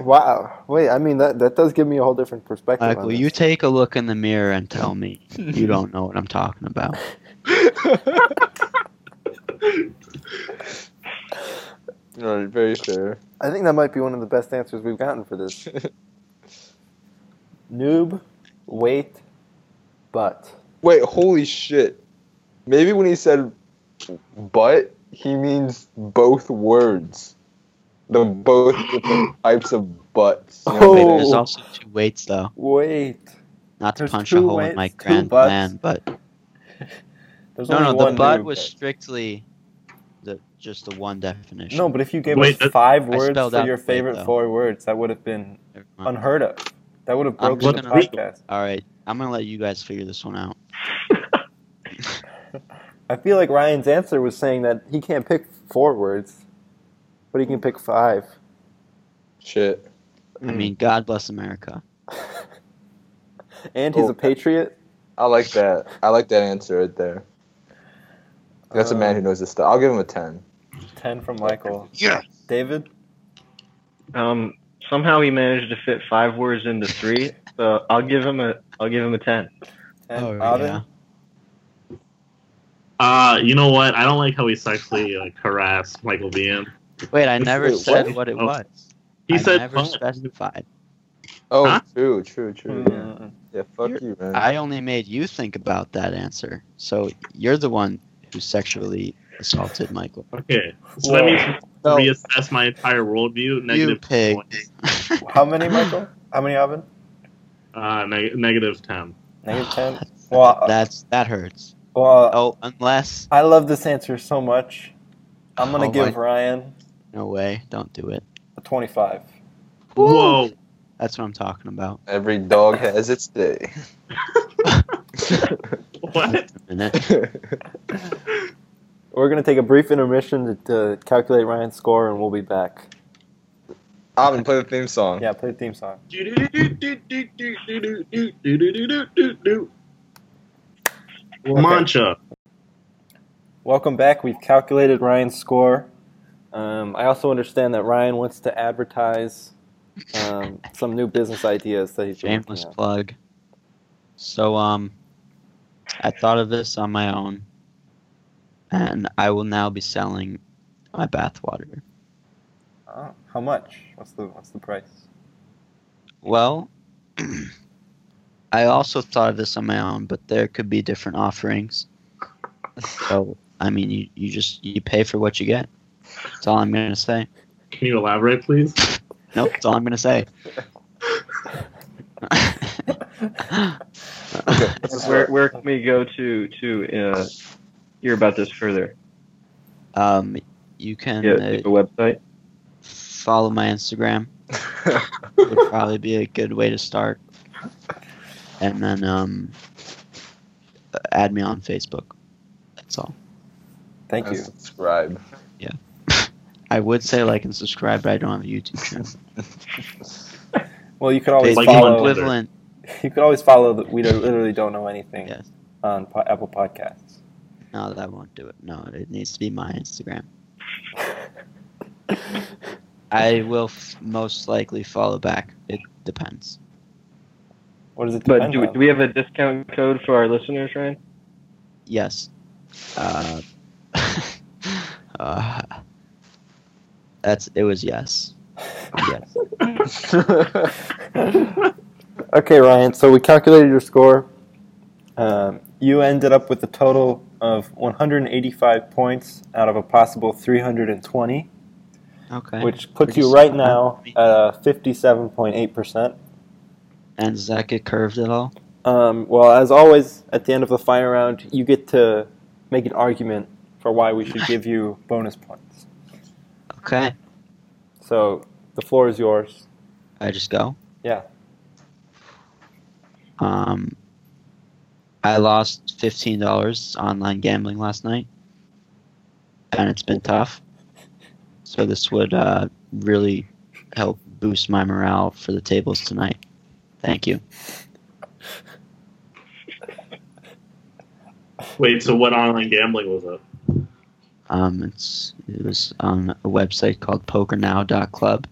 B: Wow. Wait, I mean that that does give me a whole different perspective.
E: Like,
B: on
E: will
B: this.
E: you take a look in the mirror and tell me you don't know what I'm talking about?
D: Right, very fair.
B: I think that might be one of the best answers we've gotten for this. Noob, wait, but.
D: Wait, holy shit. Maybe when he said but, he means both words. The both different types of butts. You know,
E: Wait, there's
B: Oh.
E: also two weights though.
B: Wait.
E: Not to
B: There's
E: punch a
B: two
E: hole in my
B: weights, two
E: grand
B: butts.
E: plan, but
B: There's
E: no,
B: only
E: no, the
B: one
E: butt
B: noob.
E: was strictly the just the one definition.
B: No, but if you gave
C: Wait,
B: us
C: that-
B: five
E: I
B: words
E: spelled
B: for
E: out
B: your
E: wait,
B: favorite
E: though.
B: four words, that would have been
E: Never mind.
B: unheard of. That would have
E: I'm
B: broken the
E: just
C: gonna-
B: podcast.
E: All right, I'm gonna let you guys figure this one out.
B: I feel like Ryan's answer was saying that he can't pick four words, but he can pick five.
D: Shit.
B: Hmm.
E: I mean, God bless America.
B: And he's
D: Oh.
B: a patriot.
E: uh,
D: I like that. I like that answer right there. That's a man
E: Uh,
D: who knows this stuff. I'll give him a 10.
B: Ten from Michael.
E: Yeah.
B: David.
G: Um, somehow he managed to fit five words into three, so I'll give him a I'll give him a ten.
B: Ten.
E: oh
B: Avin?
E: yeah.
C: Uh, you know what? I don't like how he sexually like harassed Michael Vian.
E: Wait, I never
D: Wait,
E: said
D: what?
E: what, it
C: Oh.
E: was.
C: He
E: I
C: said,
E: never
C: "Fuck."
E: specified.
D: Oh,
C: Huh?
D: true, true, true.
E: Hmm.
D: Yeah,
B: Mm.
D: yeah fuck
E: You're-
D: you, man.
E: I only made you think about that answer. So you're the one who sexually assaulted Michael.
C: okay. So that
B: Whoa.
C: means
D: No.
C: reassess my entire worldview.
E: You
C: Negative
E: pig.
C: points.
B: How many, Michael? How many, Avin?
C: Uh, neg- negative ten.
B: Negative ten. Well, uh,
E: Well, that's that hurts.
B: Well,
E: Oh, unless
B: I love this answer so much. I'm gonna
E: Oh
B: give
E: my-
B: Ryan
E: no way, don't do it.
B: a 25.
C: Whoa!
E: That's what I'm talking about.
D: Every dog has its day.
C: What?
E: A minute.
B: We're gonna take a brief intermission to, to calculate Ryan's score, and we'll be back.
D: I'm gonna play the theme song.
B: Yeah, play the theme song.
C: Mancha.
B: Welcome back. We've calculated Ryan's score. Um, I also understand that Ryan wants to advertise um, some new business ideas that he's been
E: Shameless
B: working on.
E: plug. So um, I thought of this on my own, and I will now be selling my bathwater.
B: Oh, how much? What's the what's the price?
E: Well, I also thought of this on my own, but there could be different offerings. So I mean, you, you just you pay for what you get. That's all I'm gonna say.
C: Can you elaborate, please?
E: Nope, that's all I'm gonna say.
D: Okay, what's this
G: Where
D: one?
G: where can we go to to uh, hear about this further?
E: um, you can
G: Yeah,
E: uh,
G: like a website.
E: follow my Instagram. would probably be a good way to start. And then um, add me on Facebook. That's all.
B: Thank
D: And
B: you.
D: Subscribe.
E: I would say like and subscribe, but I don't have a YouTube channel.
B: Well, you could always
E: Facebook
C: Like
B: follow.
C: one-
E: equivalent.
B: You could always follow. The, we don't- literally don't know anything
E: Yes.
B: on po- Apple Podcasts.
E: No, that won't do it. No, it needs to be my Instagram. I will f- most likely follow back. It depends.
B: What does it
G: But
B: depend
G: do,
B: on?
G: do we have a discount code for our listeners, Ryan?
E: Yes. Uh, uh, that's it. Was yes. Yes.
B: Okay, Ryan. So we calculated your score. Um, you ended up with a total of 185 points out of a possible 320,
E: Okay.
B: which puts
E: Pretty
B: you right
E: solid.
B: now at 57.8 percent.
E: And does that get curved at all?
B: Um, well, as always, at the end of the fire round, you get to make an argument for why we should give you bonus points.
E: Okay.
B: So the floor is yours.
E: I just go.
B: Yeah.
E: Um, I lost fifteen dollars online gambling last night, and it's been tough. So this would uh, really help boost my morale for the tables tonight. Thank you.
C: Wait, so what online gambling was it?
E: Um, it's it was on a website called PokerNow.club,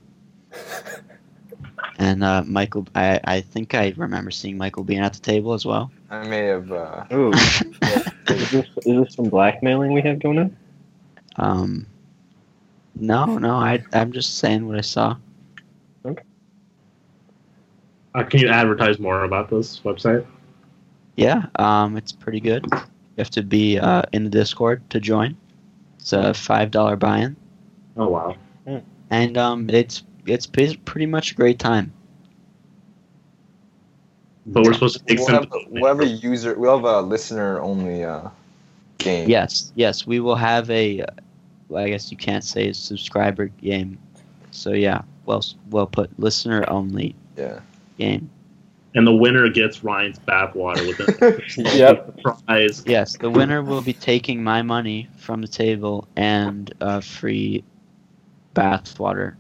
E: and uh, Michael. I I think I remember seeing Michael being at the table as well.
D: I may have. Uh,
G: Ooh, is this is this some blackmailing we have going on?
E: Um, no, no, I I'm just saying what I saw.
C: Uh, can you advertise more about this website?
E: Yeah, um, it's pretty good. You have to be uh, in the Discord to join. It's a five dollar buy-in,
C: Oh wow,
E: and um, it's it's pre- pretty much a great time.
C: but we're supposed to take
D: we'll have,
C: symptoms.
D: we'll have a user. We'll have a listener only uh, game.
E: Yes, yes, we will have a. uh, Well, I guess you can't say subscriber game. So yeah, well, s- well put. Listener only
D: Yeah.
E: game.
C: and the winner gets Ryan's bathwater with the
B: Yep.
C: prize.
E: Yes, the winner will be taking my money from the table and uh, free bathwater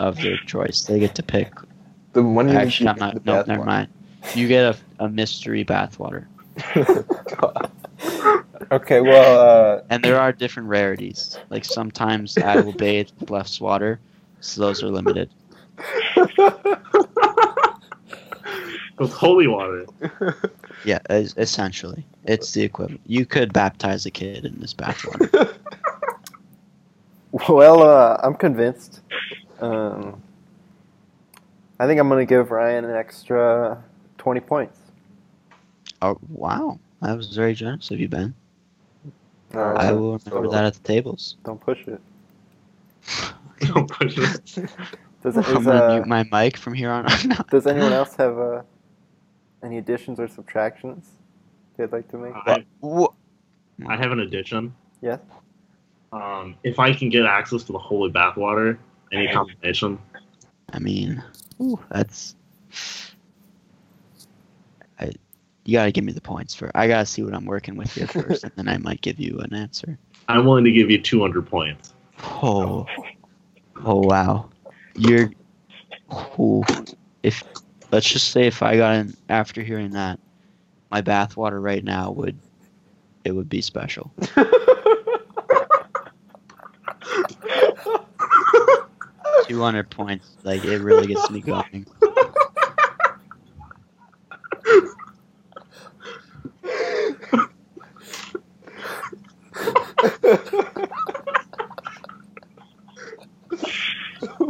E: of their choice. They get to pick.
D: The one you
E: Actually,
D: you
E: I'm
D: get the
E: not. No,
D: bath
E: never
D: one.
E: mind. You get a, a mystery bathwater,
B: Okay. Well, uh,
E: and there are different rarities. Like sometimes I will bathe with less water, so those are limited.
C: With holy water.
E: Yeah, es- essentially, it's the equivalent. You could baptize a kid in this bathwater.
B: well, uh, I'm convinced. Um, I think I'm gonna give Ryan an extra twenty points.
E: oh, wow, that was very generous of you, Ben.
B: No,
D: All
E: I
D: right.
E: will remember
D: Total.
E: that at the tables.
B: don't push it.
C: Don't push it.
B: Does,
E: I'm
B: is,
E: gonna
B: uh,
E: mute my mic from here on. out.
B: does anyone else have uh, any additions or subtractions they'd like to make?
C: I,
E: Wha-
C: I have an addition.
B: Yes.
C: Um, if I can get access to the holy bathwater, any combination.
E: I mean, ooh, that's. I, you gotta give me the points for. I gotta see what I'm working with here first, and then I might give you an answer.
C: I'm willing to give you 200 points.
E: Oh, oh wow, you're. Ooh, if let's just say if I got in after hearing that, my bathwater right now would, it would be special. Two hundred points, like it really gets me going.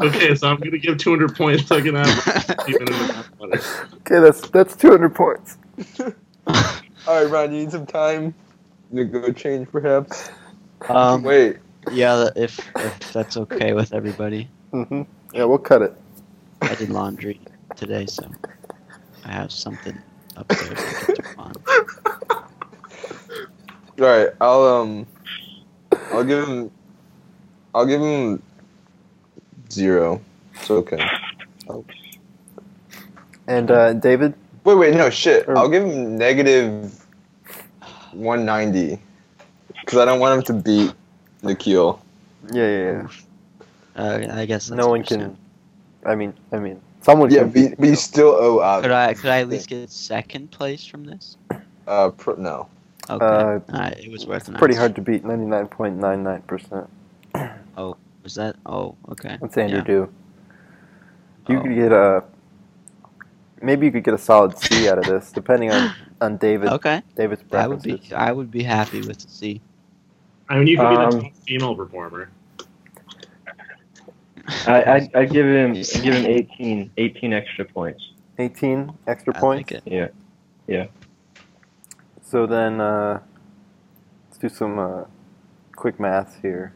C: Okay, so I'm going to give 200 points so I can have even in the bathwater.
B: Okay, that's that's 200 points.
D: All right, Ron. You need some time to go change, perhaps.
E: Um,
D: Wait.
E: Yeah, if, if that's okay with everybody.
B: Mm-hmm. Yeah, we'll cut it.
E: I did laundry today, so I have something up there to get to on.
D: All right. I'll um. I'll give him. I'll give him zero. It's okay.
B: And uh, David,
D: Wait, wait, no shit.
B: Or-
D: I'll give him negative 190 because I don't want him to beat Nikhil.
B: yeah, yeah, yeah.
E: Uh, I guess that's
B: no one
E: understandable.
B: can. I mean, I mean, someone
D: Yeah,
B: can.
D: but, but you still owe
E: Could
D: out.
E: I could I at least get second place from this?
D: Uh, pro, no.
E: Okay,
B: Uh,
E: Alright, it was worth
B: it's
E: an
B: pretty
E: ask.
B: hard to beat 99.99%.
E: Was that? Oh, okay.
B: That's Andrew
E: Yeah.
B: Do. You
E: Oh.
B: could get a. Maybe you could get a solid C out of this, depending on on David.
E: Okay,
B: David's
E: I would be
B: preferences.
E: I would be happy with the C.
C: I mean, you could be
G: Um,
C: the top female performer.
G: I I'd, I'd give him I'd give him 18, 18 extra points.
B: 18 extra
E: I
B: points.
E: like it.
G: Yeah,
B: So then, uh, let's do some uh, quick math here.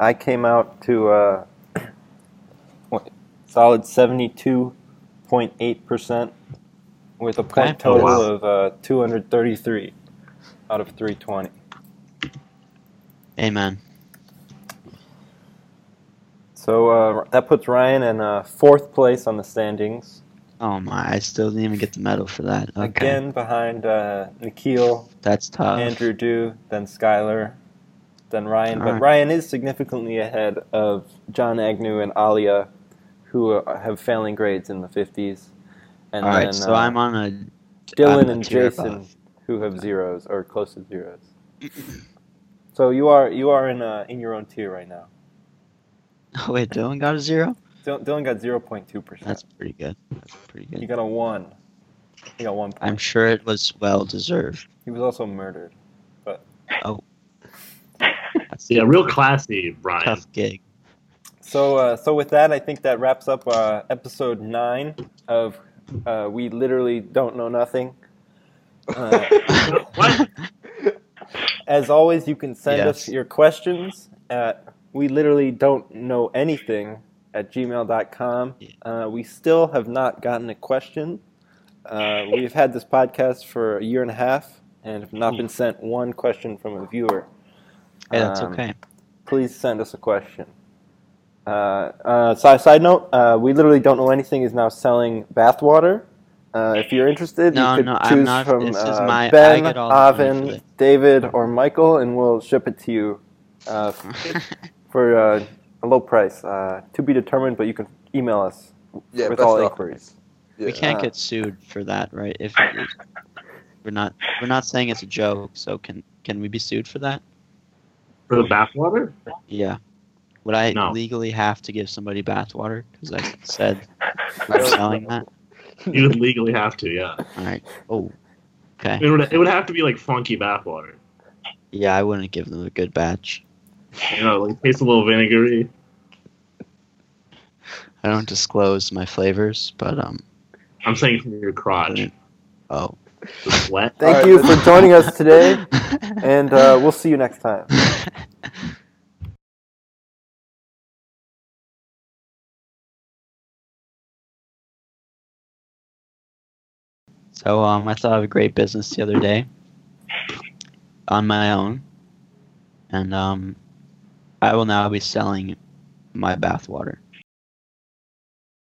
B: I came out to uh, what, solid 72.8% with a point
E: Okay.
B: total
C: Oh,
B: of uh, 233 out of 320.
E: Amen.
B: So uh, that puts Ryan in uh, fourth place on the standings,
E: Oh my! I still didn't even get the medal for that. Okay,
B: again behind uh, Nikhil,
E: that's tough.
B: Andrew Dew, then Skyler, then Ryan. But
E: Alright.
B: Ryan is significantly ahead of John Agnew and Alia, who uh, have failing grades in the 50s. And
E: All right,
B: then
E: so
B: uh,
E: I'm on a
B: Dylan
E: I'm a
B: and
E: tier
B: Jason,
E: above.
B: who have zeros or close to zeros. so you are you are in uh, in your own tier right now.
E: Oh wait, Dylan got a zero.
B: Dylan, Dylan got 0.2 percent.
E: That's pretty good. That's pretty
B: He
E: good.
B: got a one. He got one.
E: I'm sure it was well deserved.
B: He was also murdered.
E: That's
C: Yeah, real classy,
E: a
C: Brian.
E: tough gig.
B: So, uh, so with that, I think that wraps up uh, episode nine of uh, We Literally Don't Know Nothing. Uh,
C: What?
B: as always, you can send us
E: Yes.
B: your questions at We Literally Don't Know Anything at gmail.com. Uh, we still have not gotten a question. Uh, we've had this podcast for a year and a half and have
E: Hmm.
B: not been sent one question from a viewer
E: Hey, that's
B: Um,
E: okay.
B: please send us a question. Uh, uh, side, side note, uh, we literally don't know anything is now selling bathwater. Uh, if you're interested,
E: No,
B: you could
E: no, I'm
B: choose
E: not-
B: from
E: this is
B: uh,
E: my- I
B: Ben,
E: get all the money for
B: Avin,
E: this.
B: David, or Michael, and we'll ship it to you uh, for uh, a low price. Uh, to be determined, but you can email us.
D: Yeah,
B: With
D: best
B: all
D: offer.
B: inquiries.
D: Yeah.
E: We can't
B: Uh,
E: get sued for that, right? If if- we're not we're not saying it's a joke, so can can we be sued for that?
C: For the bathwater?
E: Yeah. Would I
C: No.
E: legally have to give somebody bathwater because I said
D: I
E: I'm
D: don't
E: selling that?
C: You would legally have to, yeah.
E: All right. Oh.
C: It
E: Okay.
C: would, it would have to be like funky bathwater.
E: Yeah, I wouldn't give them a good batch.
C: You know, like taste a little vinegary.
E: I don't disclose my flavors, but um.
C: I'm saying from your crotch.
E: Oh.
C: The sweat.
B: Thank
D: All right,
B: you
D: this-
B: for joining us today, and uh, we'll see you next time.
E: So um, I thought of a great business the other day on my own, and um, I will now be selling my bathwater.